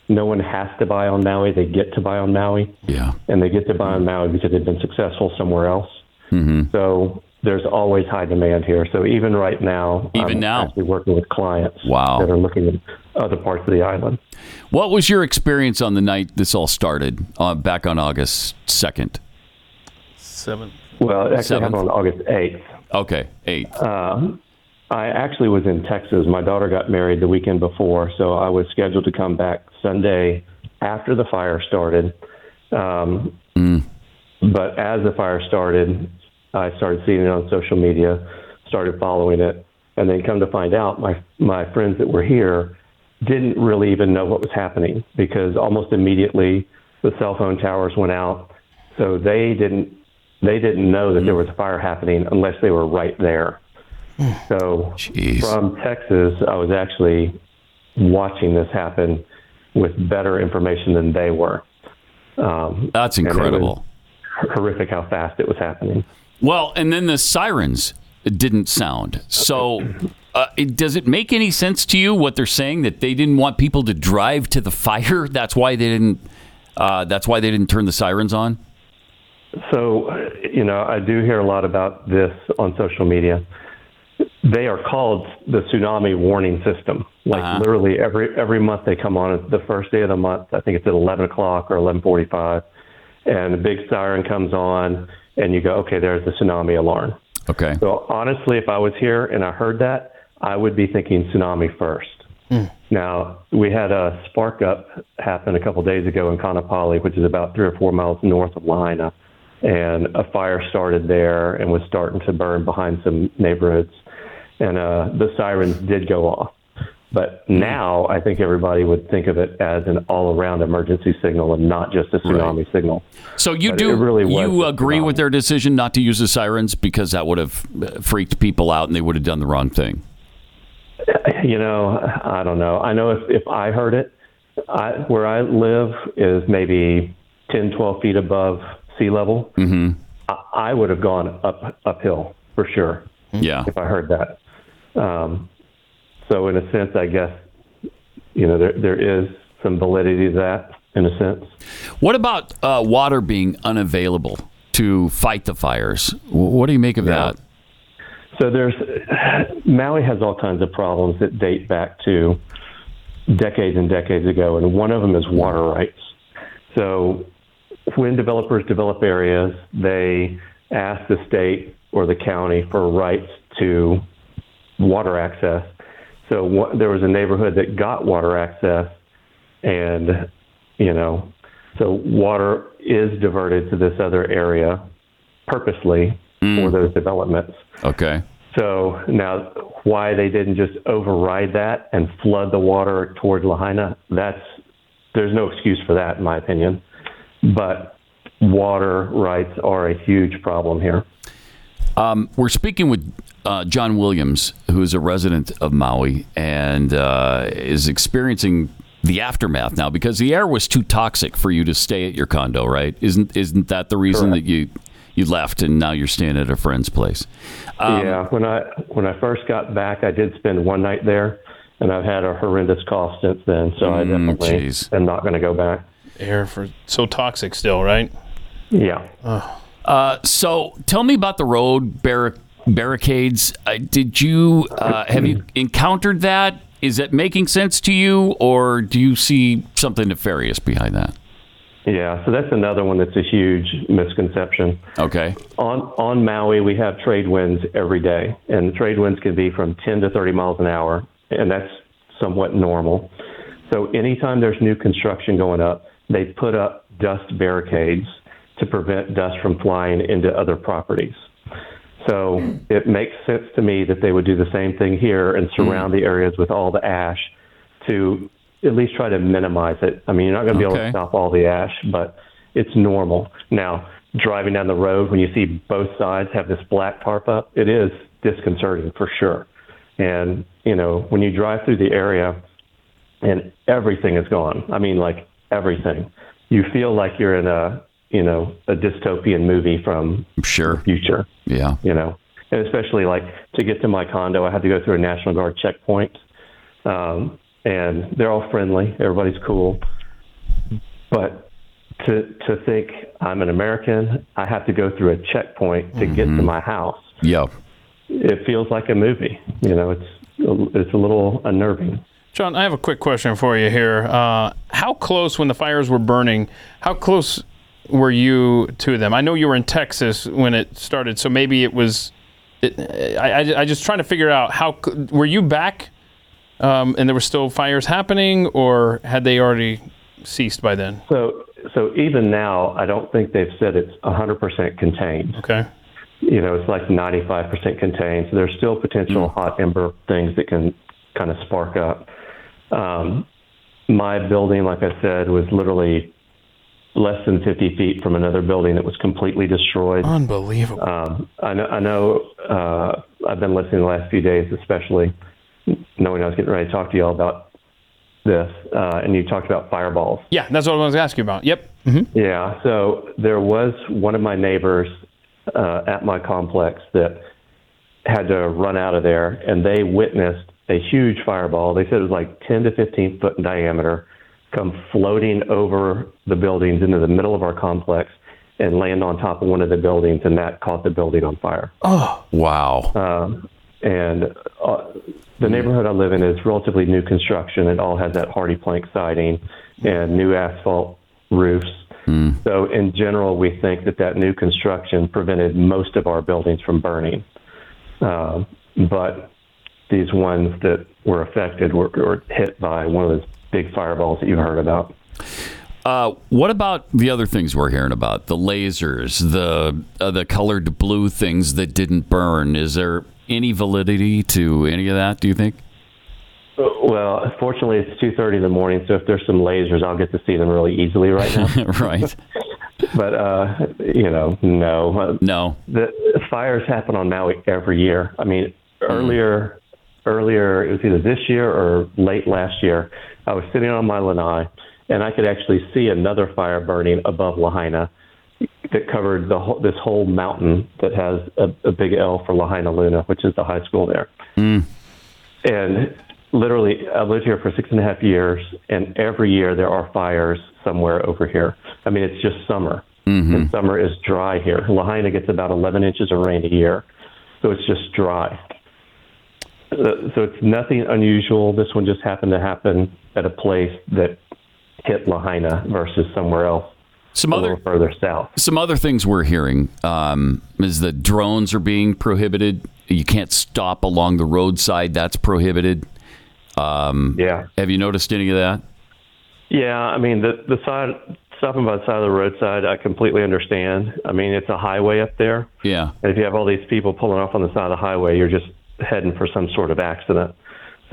no one has to buy on Maui; they get to buy on Maui.
Yeah.
And they get to buy on Maui because they've been successful somewhere else.
Mm-hmm.
So there's always high demand here. So even right now,
Even
I'm
now?
actually working with clients
Wow.
that are looking at other parts of the island.
What was your experience on the night this all started uh, back on August 2nd?
Seven.
Well, it actually happened on
Seventh.
August 8th.
Okay, 8th.
Um, I actually was in Texas. My daughter got married the weekend before, so I was scheduled to come back Sunday after the fire started. Um, But as the fire started, I started seeing it on social media, started following it, and then come to find out, my my friends that were here didn't really even know what was happening because almost immediately the cell phone towers went out, so they didn't they didn't know that there was a fire happening unless they were right there. So from Texas, I was actually watching this happen with better information than they were. Um,
That's
and it was
incredible.
Horrific how fast it was happening.
Well, and then the sirens didn't sound. So, uh, it, does it make any sense to you what they're saying that they didn't want people to drive to the fire? That's why they didn't. Uh, that's why they didn't turn the sirens on.
So, you know, I do hear a lot about this on social media. They are called the tsunami warning system. Like
Uh-huh.
literally every every month they come on the first day of the month. I think it's at eleven o'clock or eleven forty-five, and a big siren comes on, and you go, okay, there's the tsunami alarm.
Okay.
So honestly, if I was here and I heard that, I would be thinking tsunami first. Now, we had a spark up happen a couple days ago in Kanapali, which is about three or four miles north of Lahaina. And a fire started there and was starting to burn behind some neighborhoods. And uh, the sirens did go off. But now I think everybody would think of it as an all around emergency signal and not just a tsunami signal.
So you
But
do
it really was
you agree with their decision not to use the sirens because that would have uh, freaked people out and they would have done the wrong thing.
You know, I don't know. I know if, if I heard it, I, where I live is maybe 10, 12 feet above sea level.
Mm-hmm.
I, I would have gone up uphill for sure.
Yeah.
If I heard that. Um, so in a sense, I guess, you know, there, there is some validity to that in a sense.
What about uh, water being unavailable to fight the fires? Wh- What do you make of that?
So there's Maui has all kinds of problems that date back to decades and decades ago, and one of them is water rights. So when developers develop areas, they ask the state or the county for rights to water access. So what, there was a neighborhood that got water access, and you know, so water is diverted to this other area purposely for those developments.
Okay.
So now, why they didn't just override that and flood the water toward Lahaina? That's there's no excuse for that, in my opinion. But water rights are a huge problem here.
Um, we're speaking with uh, John Williams, who is a resident of Maui and uh, is experiencing the aftermath now because the air was too toxic for you to stay at your condo, right? Isn't isn't that the reason that you you left and now you're staying at a friend's place?
yeah, when I when I first got back, I did spend one night there, and I've had a horrendous cough since then. So I
Mm,
definitely
jeez.
am not going to go back.
Air for so toxic still, right?
Yeah.
Uh, so tell me about the road barric- barricades. Uh, did you uh, have you encountered that? Is that making sense to you, or do you see something nefarious behind that?
Yeah, so that's another one that's a huge misconception.
Okay.
On on Maui, we have trade winds every day, and the trade winds can be from 10 to 30 miles an hour, and that's somewhat normal. So anytime there's new construction going up, they put up dust barricades to prevent dust from flying into other properties. So it makes sense to me that they would do the same thing here and surround the areas with all the ash to at least try to minimize it. I mean, you're not going to be able
Okay.
to stop all the ash, but it's normal. Now, driving down the road, when you see both sides have this black tarp up, it is disconcerting for sure. And, you know, when you drive through the area and everything is gone, I mean, like everything, you feel like you're in a, you know, a dystopian movie from
sure.
future
Yeah.
you know, and especially like to get to my condo, I had to go through a National Guard checkpoint. um, and they're all friendly. Everybody's cool, but to to think I'm an American, I have to go through a checkpoint to get
Mm-hmm.
to my house.
Yeah.
It feels like a movie. You know, it's it's a little unnerving.
John, I have a quick question for you here. Uh, how close, when the fires were burning, how close were you to them? I know you were in Texas when it started, so maybe it was. It, I, I, I just trying to figure out how c- were you back, um, and there were still fires happening, or had they already ceased by then?
So, so even now, I don't think they've said it's 100% contained.
Okay.
You know, it's like 95% contained. So there's still potential hot ember things that can kind of spark up. Um, my building, like I said, was literally less than 50 feet from another building that was completely destroyed.
Unbelievable.
Um, I know, I know uh, I've been listening the last few days, especially knowing I was getting ready to talk to y'all about this, uh, and you talked about fireballs.
Yeah, that's what I was asking about. Yep.
Yeah. So there was one of my neighbors uh, at my complex that had to run out of there, and they witnessed a huge fireball. They said it was like 10 to 15 foot in diameter, come floating over the buildings into the middle of our complex and land on top of one of the buildings, and that caught the building on fire.
Oh.
Wow.
Um, and uh, the neighborhood I live in is relatively new construction. It all has that hardy plank siding and new asphalt roofs. So, in general, we think that that new construction prevented most of our buildings from burning. Um, but these ones that were affected were, were hit by one of those big fireballs that you've heard about.
Uh, what about the other things we're hearing about? The lasers, the uh, the colored blue things that didn't burn. Is there any validity to any of that? Do you think?
Well, fortunately, it's two thirty in the morning, so if there's some lasers, I'll get to see them really easily right now.
right.
but uh, you know, no,
no.
The fires happen on Maui every year. I mean, earlier, earlier it was either this year or late last year. I was sitting on my lanai, and I could actually see another fire burning above Lahaina that covered the whole, this whole mountain that has a, a big L for Lahaina Luna, which is the high school there. And literally, I've lived here for six and a half years, and every year there are fires somewhere over here. I mean, it's just summer, and summer is dry here. Lahaina gets about 11 inches of rain a year, so it's just dry. Uh, So it's nothing unusual. This one just happened to happen at a place that hit Lahaina versus somewhere else.
Some
a little further south.
Some other things we're hearing um, is that drones are being prohibited. You can't stop along the roadside. That's prohibited. Um,
yeah.
Have you noticed any of that?
Yeah, I mean the the side stopping by the side of the roadside, I completely understand. I mean it's a highway up there.
Yeah.
And if you have all these people pulling off on the side of the highway, you're just heading for some sort of accident.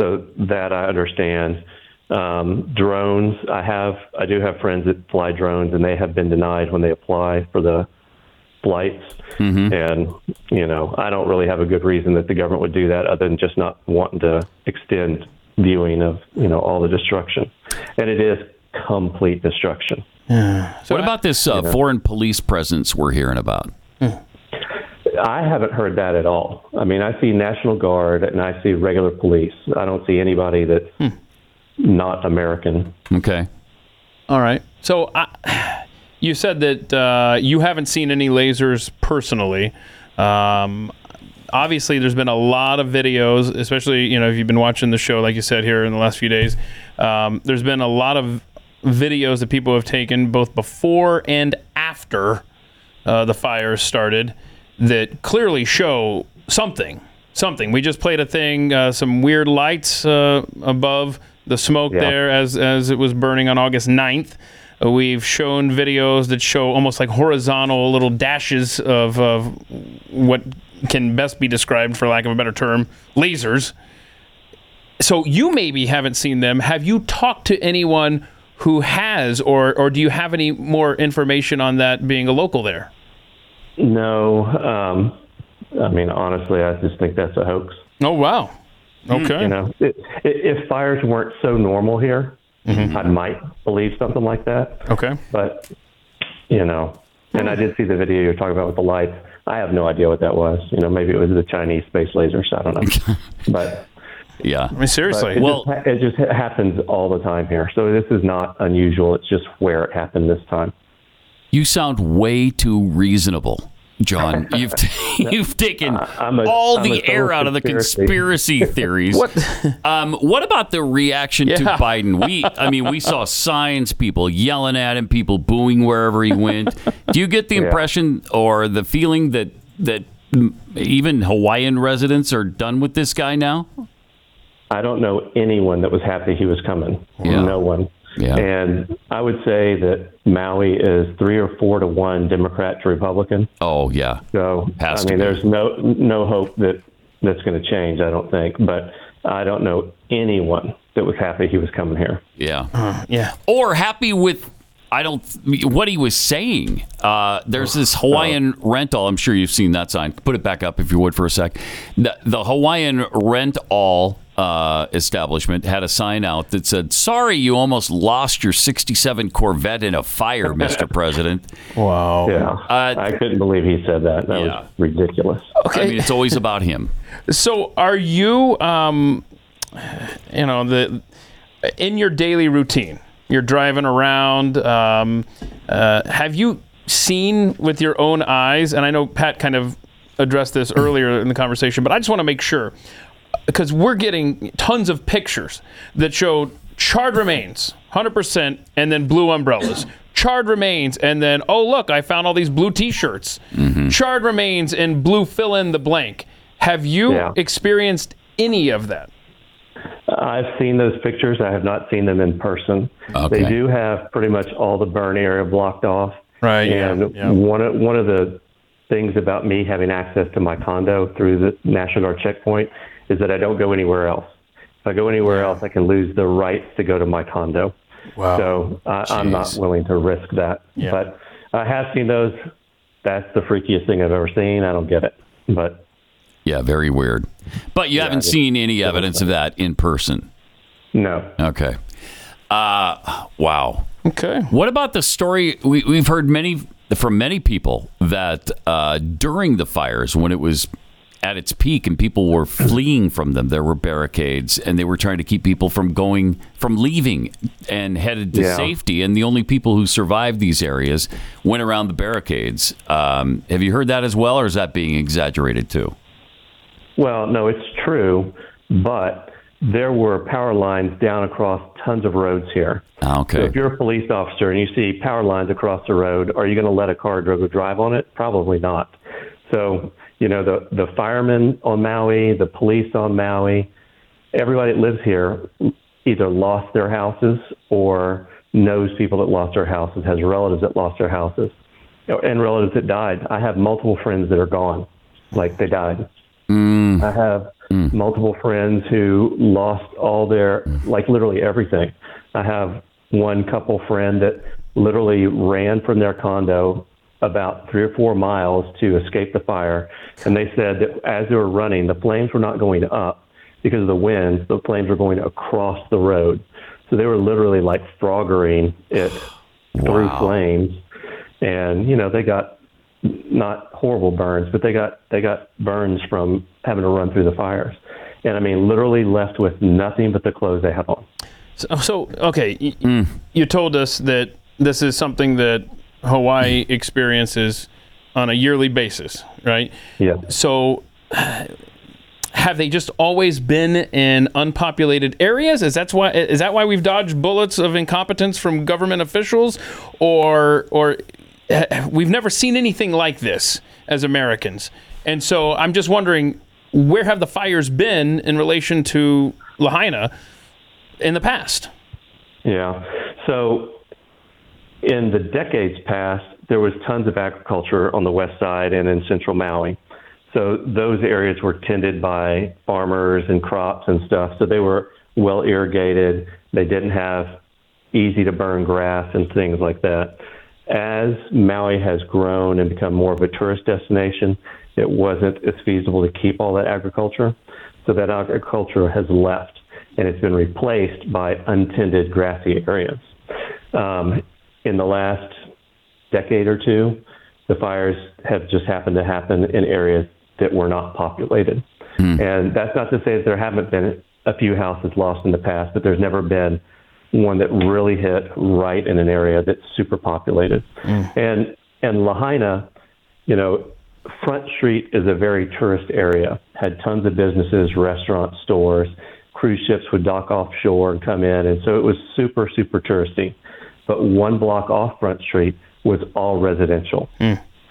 So that I understand. Um, drones, I have, I do have friends that fly drones, and they have been denied when they apply for the flights. And you know, I don't really have a good reason that the government would do that, other than just not wanting to extend viewing of you know all the destruction. And it is complete destruction.
what about this uh, foreign police presence we're hearing about?
I haven't heard that at all. I mean, I see National Guard and I see regular police. I don't see anybody that's not American.
Okay.
All right. So I, you said that uh, you haven't seen any lasers personally. Um, obviously, there's been a lot of videos, especially you know if you've been watching the show, like you said here in the last few days. Um, there's been a lot of videos that people have taken both before and after uh, the fires started that clearly show something. Something. We just played a thing, uh, some weird lights uh, above the smoke
Yeah.
there as as it was burning on August 9th. Uh, We've shown videos that show almost like horizontal little dashes of, of what can best be described, for lack of a better term, lasers. So you maybe haven't seen them. Have you talked to anyone who has, or or do you have any more information on that being a local there?
No, um, I mean, honestly, I just think that's a hoax.
Oh wow. Okay.
Hmm. You know, i i if fires weren't so normal here, I might believe something like that.
Okay.
But you know, and I did see the video you're talking about with the lights. I have no idea what that was. You know, maybe it was the Chinese space lasers. I don't know. but
Yeah. I mean,
seriously.
But It
Well,
just, ha- it just ha- happens all the time here. So this is not unusual. It's just where it happened this time.
you sound way too reasonable, John. You've you've taken
a-
all
I'm a
the air
total
out of the
conspiracy.
conspiracy theories. what? Um, what about the reaction to
Yeah.
Biden? We, I mean, we saw signs, people yelling at him, people booing wherever he went. Do you get the impression or the feeling that that mm, even Hawaiian residents are done with this guy now?
I don't know anyone that was happy he was coming. No one.
Yeah.
And I would say that Maui is three or four to one Democrat to Republican.
Oh yeah.
So
Has
I
to
mean,
be.
there's no no hope that that's going to change. I don't think. But I don't know anyone that was happy he was coming here.
Yeah.
yeah.
Or happy with I don't what he was saying. Uh, there's this Hawaiian rental. I'm sure you've seen that sign. Put it back up if you would for a sec. The, the Hawaiian rent all uh, establishment had a sign out that said, "Sorry, you almost lost your '67 Corvette in a fire, Mr. President." Uh,
Wow.
Yeah. I couldn't believe he said that. That was ridiculous.
I mean, it's always about him.
So, are you, um, you know, the in your daily routine, you're driving around. Um, uh, have you seen with your own eyes? And I know Pat kind of addressed this earlier in the conversation, but I just want to make sure because we're getting tons of pictures that show charred remains, 100%, and then blue umbrellas. Charred remains, and then, oh, look, I found all these blue t shirts. Charred remains and blue fill in the blank. Have you
Yeah.
experienced any of that?
I've seen those pictures. I have not seen them in person. They do have pretty much all the burn area blocked off.
Right, Uh, yeah,
And
yeah.
one of one of the things about me having access to my condo through the National Guard checkpoint is that I don't go anywhere else. If I go anywhere else, I can lose the rights to go to my condo.
Wow.
So uh, I, I'm not
Jeez.
willing to risk that.
Yeah.
But I have seen those. That's the freakiest thing I've ever seen. I don't get it. But
Yeah, very weird. But you haven't
they-
seen any evidence of that in person.
No.
Okay. Uh, wow.
Okay.
What about the story? We, we've heard many from many people that uh, during the fires, when it was at its peak and people were fleeing from them, there were barricades and they were trying to keep people from going, from leaving and headed to
Yeah.
safety. And the only people who survived these areas went around the barricades. Um, have you heard that as well, or is that being exaggerated too?
Well, no, it's true, but there were power lines down across tons of roads here.
Ah, Okay.
So if you're a police officer and you see power lines across the road, are you going to let a car go drive on it? Probably not. So, you know, the, the firemen on Maui, the police on Maui, everybody that lives here either lost their houses or knows people that lost their houses, has relatives that lost their houses, and relatives that died. I have multiple friends that are gone, like they died. I have multiple friends who lost all their, like literally everything. I have one couple friend that literally ran from their condo about three or four miles to escape the fire. And they said that as they were running, the flames were not going up because of the winds. The flames were going across the road. So they were literally like froggering it through flames. And, you know, they got not horrible burns, but they got they got burns from having to run through the fires. And I mean, literally left with nothing but the clothes they had on.
So, Oh, so okay, y- you told us that this is something that Hawaii experiences on a yearly basis, right?
Yeah.
So, have they just always been in unpopulated areas? Is that's why is that why we've dodged bullets of incompetence from government officials, or or eh, we've never seen anything like this as Americans? And so, I'm just wondering where have the fires been in relation to Lahaina in the past?
Yeah. So in the decades past, there was tons of agriculture on the west side and in central Maui. So those areas were tended by farmers and crops and stuff. So they were well irrigated. They didn't have easy to burn grass and things like that. As Maui has grown and become more of a tourist destination, it wasn't as feasible to keep all that agriculture. So that agriculture has left and it's been replaced by untended grassy areas. Um, in the last decade or two, the fires have just happened to happen in areas that were not populated. And that's not to say that there haven't been a few houses lost in the past, but there's never been one that really hit right in an area that's super populated. And and Lahaina, you know, Front Street is a very tourist area. Had tons of businesses, restaurants, stores. Cruise ships would dock offshore and come in, and so it was super super touristy. But one block off Front Street was all residential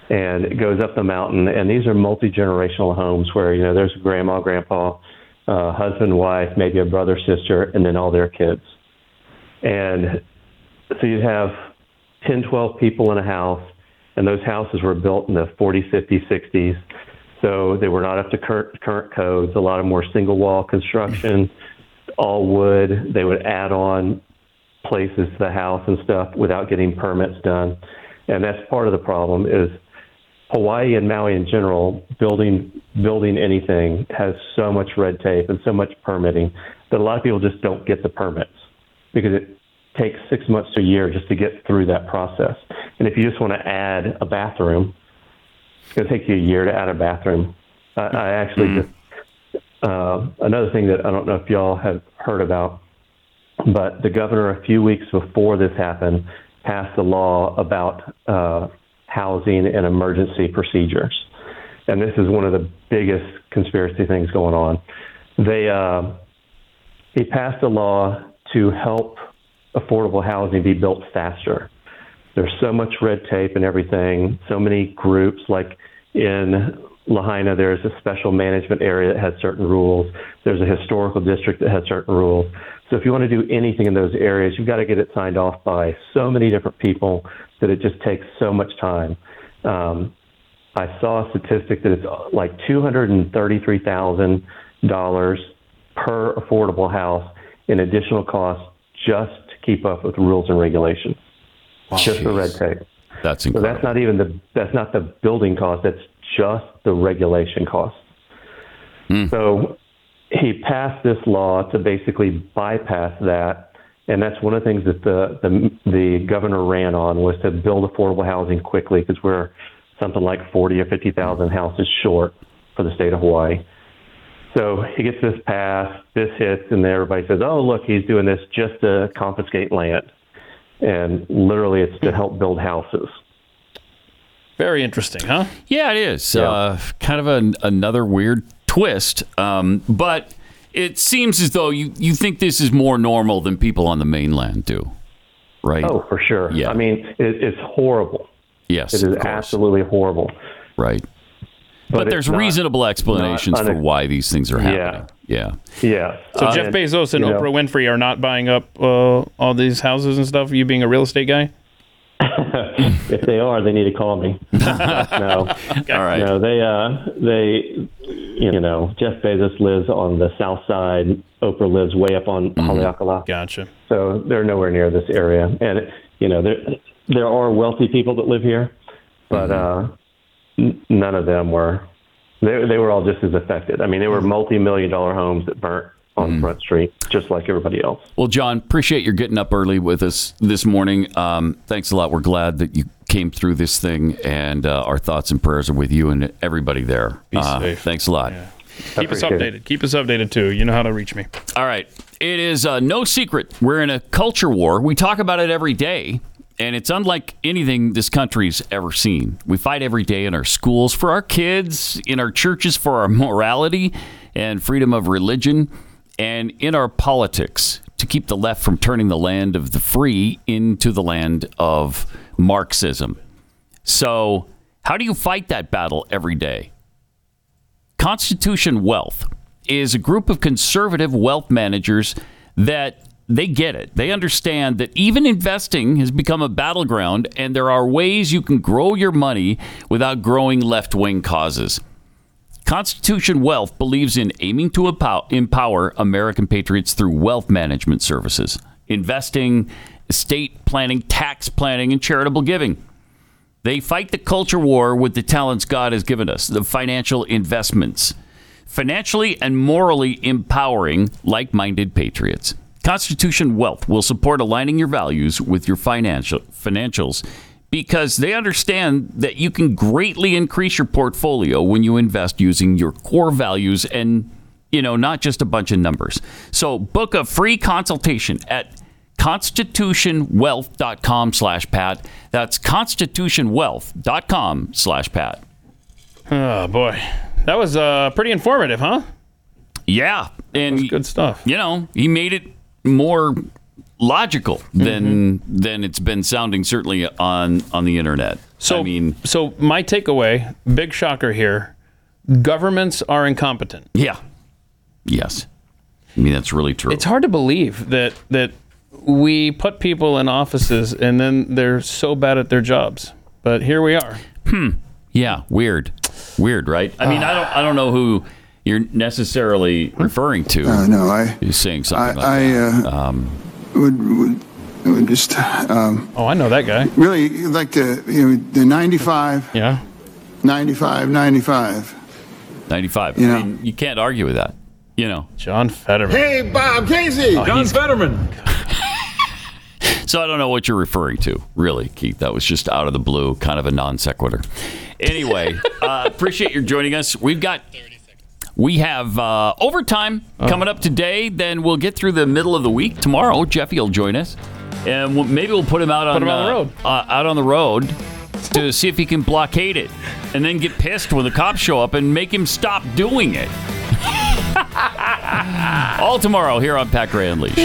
and it goes up the mountain. And these are multi generational homes where you know there's grandma, grandpa, uh, husband, wife, maybe a brother, sister, and then all their kids. And so you'd have 10, 12 people in a house, and those houses were built in the 40s, 50s, 60s. So they were not up to current, current codes. A lot of them were single wall construction, all wood. They would add on places to the house and stuff without getting permits done. And that's part of the problem is Hawaii and Maui in general, building building anything has so much red tape and so much permitting that a lot of people just don't get the permits because it takes six months to a year just to get through that process. And if you just want to add a bathroom, it's going to take you a year to add a bathroom. I, I actually just uh, another thing that I don't know if y'all have heard about, but the governor a few weeks before this happened passed a law about uh, housing and emergency procedures. And this is one of the biggest conspiracy things going on. They uh, he passed a law to help affordable housing be built faster. There's so much red tape and everything. So many groups, like in Lahaina, there's a special management area that has certain rules. There's a historical district that has certain rules. So if you want to do anything in those areas, you've got to get it signed off by so many different people that it just takes so much time. Um, I saw a statistic that it's uh, like $233,000 per affordable house in additional costs just to keep up with rules and regulations. just the red tape.
That's
So that's not even the that's not the building cost. That's just the regulation cost. So he passed this law to basically bypass that, and that's one of the things that the the, the governor ran on was to build affordable housing quickly because we're something like forty or fifty thousand houses short for the state of Hawaii. So he gets this passed, this hits, and then everybody says, "Oh, look, he's doing this just to confiscate land," and literally, it's to help build houses.
Very interesting, huh?
Yeah, it is. Uh, kind of an, another weird twist, um, but it seems as though you, you think this is more normal than people on the mainland do, right?
Oh, for sure. Yeah. I mean, it, it's horrible.
Yes,
it is absolutely horrible.
Right. But,
it's
there's
not-
reasonable explanations
not
for
unac-
why these things are happening. Yeah.
Yeah.
So
Uh,
Jeff
and,
Bezos and
you know,
Oprah Winfrey are not buying up uh, all these houses and stuff. You being a real estate guy.
if they are, they need to call me. no,
all right.
No, they, uh, they, you know, Jeff Bezos lives on the south side. Oprah lives way up on
Mm-hmm.
Haleakala.
Gotcha.
So they're nowhere near this area, and you know, there there are wealthy people that live here, but uh, n- none of them were. They they were all just as affected. I mean, they were multi million dollar homes that burnt on Front Street, just like everybody else.
Well, John, appreciate your getting up early with us this morning. Um, thanks a lot. We're glad that you came through this thing, and uh, our thoughts and prayers are with you and everybody there.
Be
Uh,
safe.
Thanks a lot.
Keep us updated. Keep us updated too. You know how to reach me.
All right. It is uh, no secret we're in a culture war. We talk about it every day, and it's unlike anything this country's ever seen. We fight every day in our schools for our kids, in our churches for our morality and freedom of religion, and in our politics to keep the left from turning the land of the free into the land of Marxism. So, how do you fight that battle every day? Constitution Wealth is a group of conservative wealth managers that they get it. They understand that even investing has become a battleground and there are ways you can grow your money without growing left wing causes. Constitution Wealth believes in aiming to empow- empower American patriots through wealth management services, investing, estate planning, tax planning, and charitable giving. They fight the culture war with the talents God has given us, the financial investments, financially and morally empowering like minded patriots. Constitution Wealth will support aligning your values with your financial financials because they understand that you can greatly increase your portfolio when you invest using your core values and you know, not just a bunch of numbers. So book a free consultation at constitutionwealth.com slash pat. That's constitutionwealth.com slash pat.
Oh boy, that was uh, pretty informative, huh?
Yeah, and good stuff. You know, he made it more logical than
Mm-hmm.
than it's been sounding certainly on on the internet.
So I mean, so my takeaway, big shocker here: governments are incompetent.
Yeah. Yes, I mean that's really true.
It's hard to believe that that we put people in offices and then they're so bad at their jobs. But here we are.
Hmm. Yeah, weird, weird, right? I mean, I don't, I don't know who you're necessarily referring to.
Uh, no, I-
You're saying something like
I
that.
uh, would, would, would just. Um,
oh, I know that guy.
Really, like the you know, the 95,
Yeah.
95, 95.
95.
You know.
I mean, you can't argue with that. You know,
John Fetterman.
Hey, Bob Casey.
Oh, John he's-
Fetterman.
So I don't know what you're referring to, really, Keith. That was just out of the blue, kind of a non sequitur. Anyway, uh, appreciate your joining us. We've got we have uh, overtime
Oh.
coming up today. Then we'll get through the middle of the week tomorrow. Jeffy will join us, and we'll, maybe we'll put him out on,
him on the
uh,
road.
Uh, out on the road to see if he can blockade it, and then get pissed when the cops show up and make him stop doing it. All tomorrow here on Pat Gray Unleashed.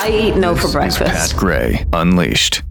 I eat no for breakfast.
Pat Gray Unleashed.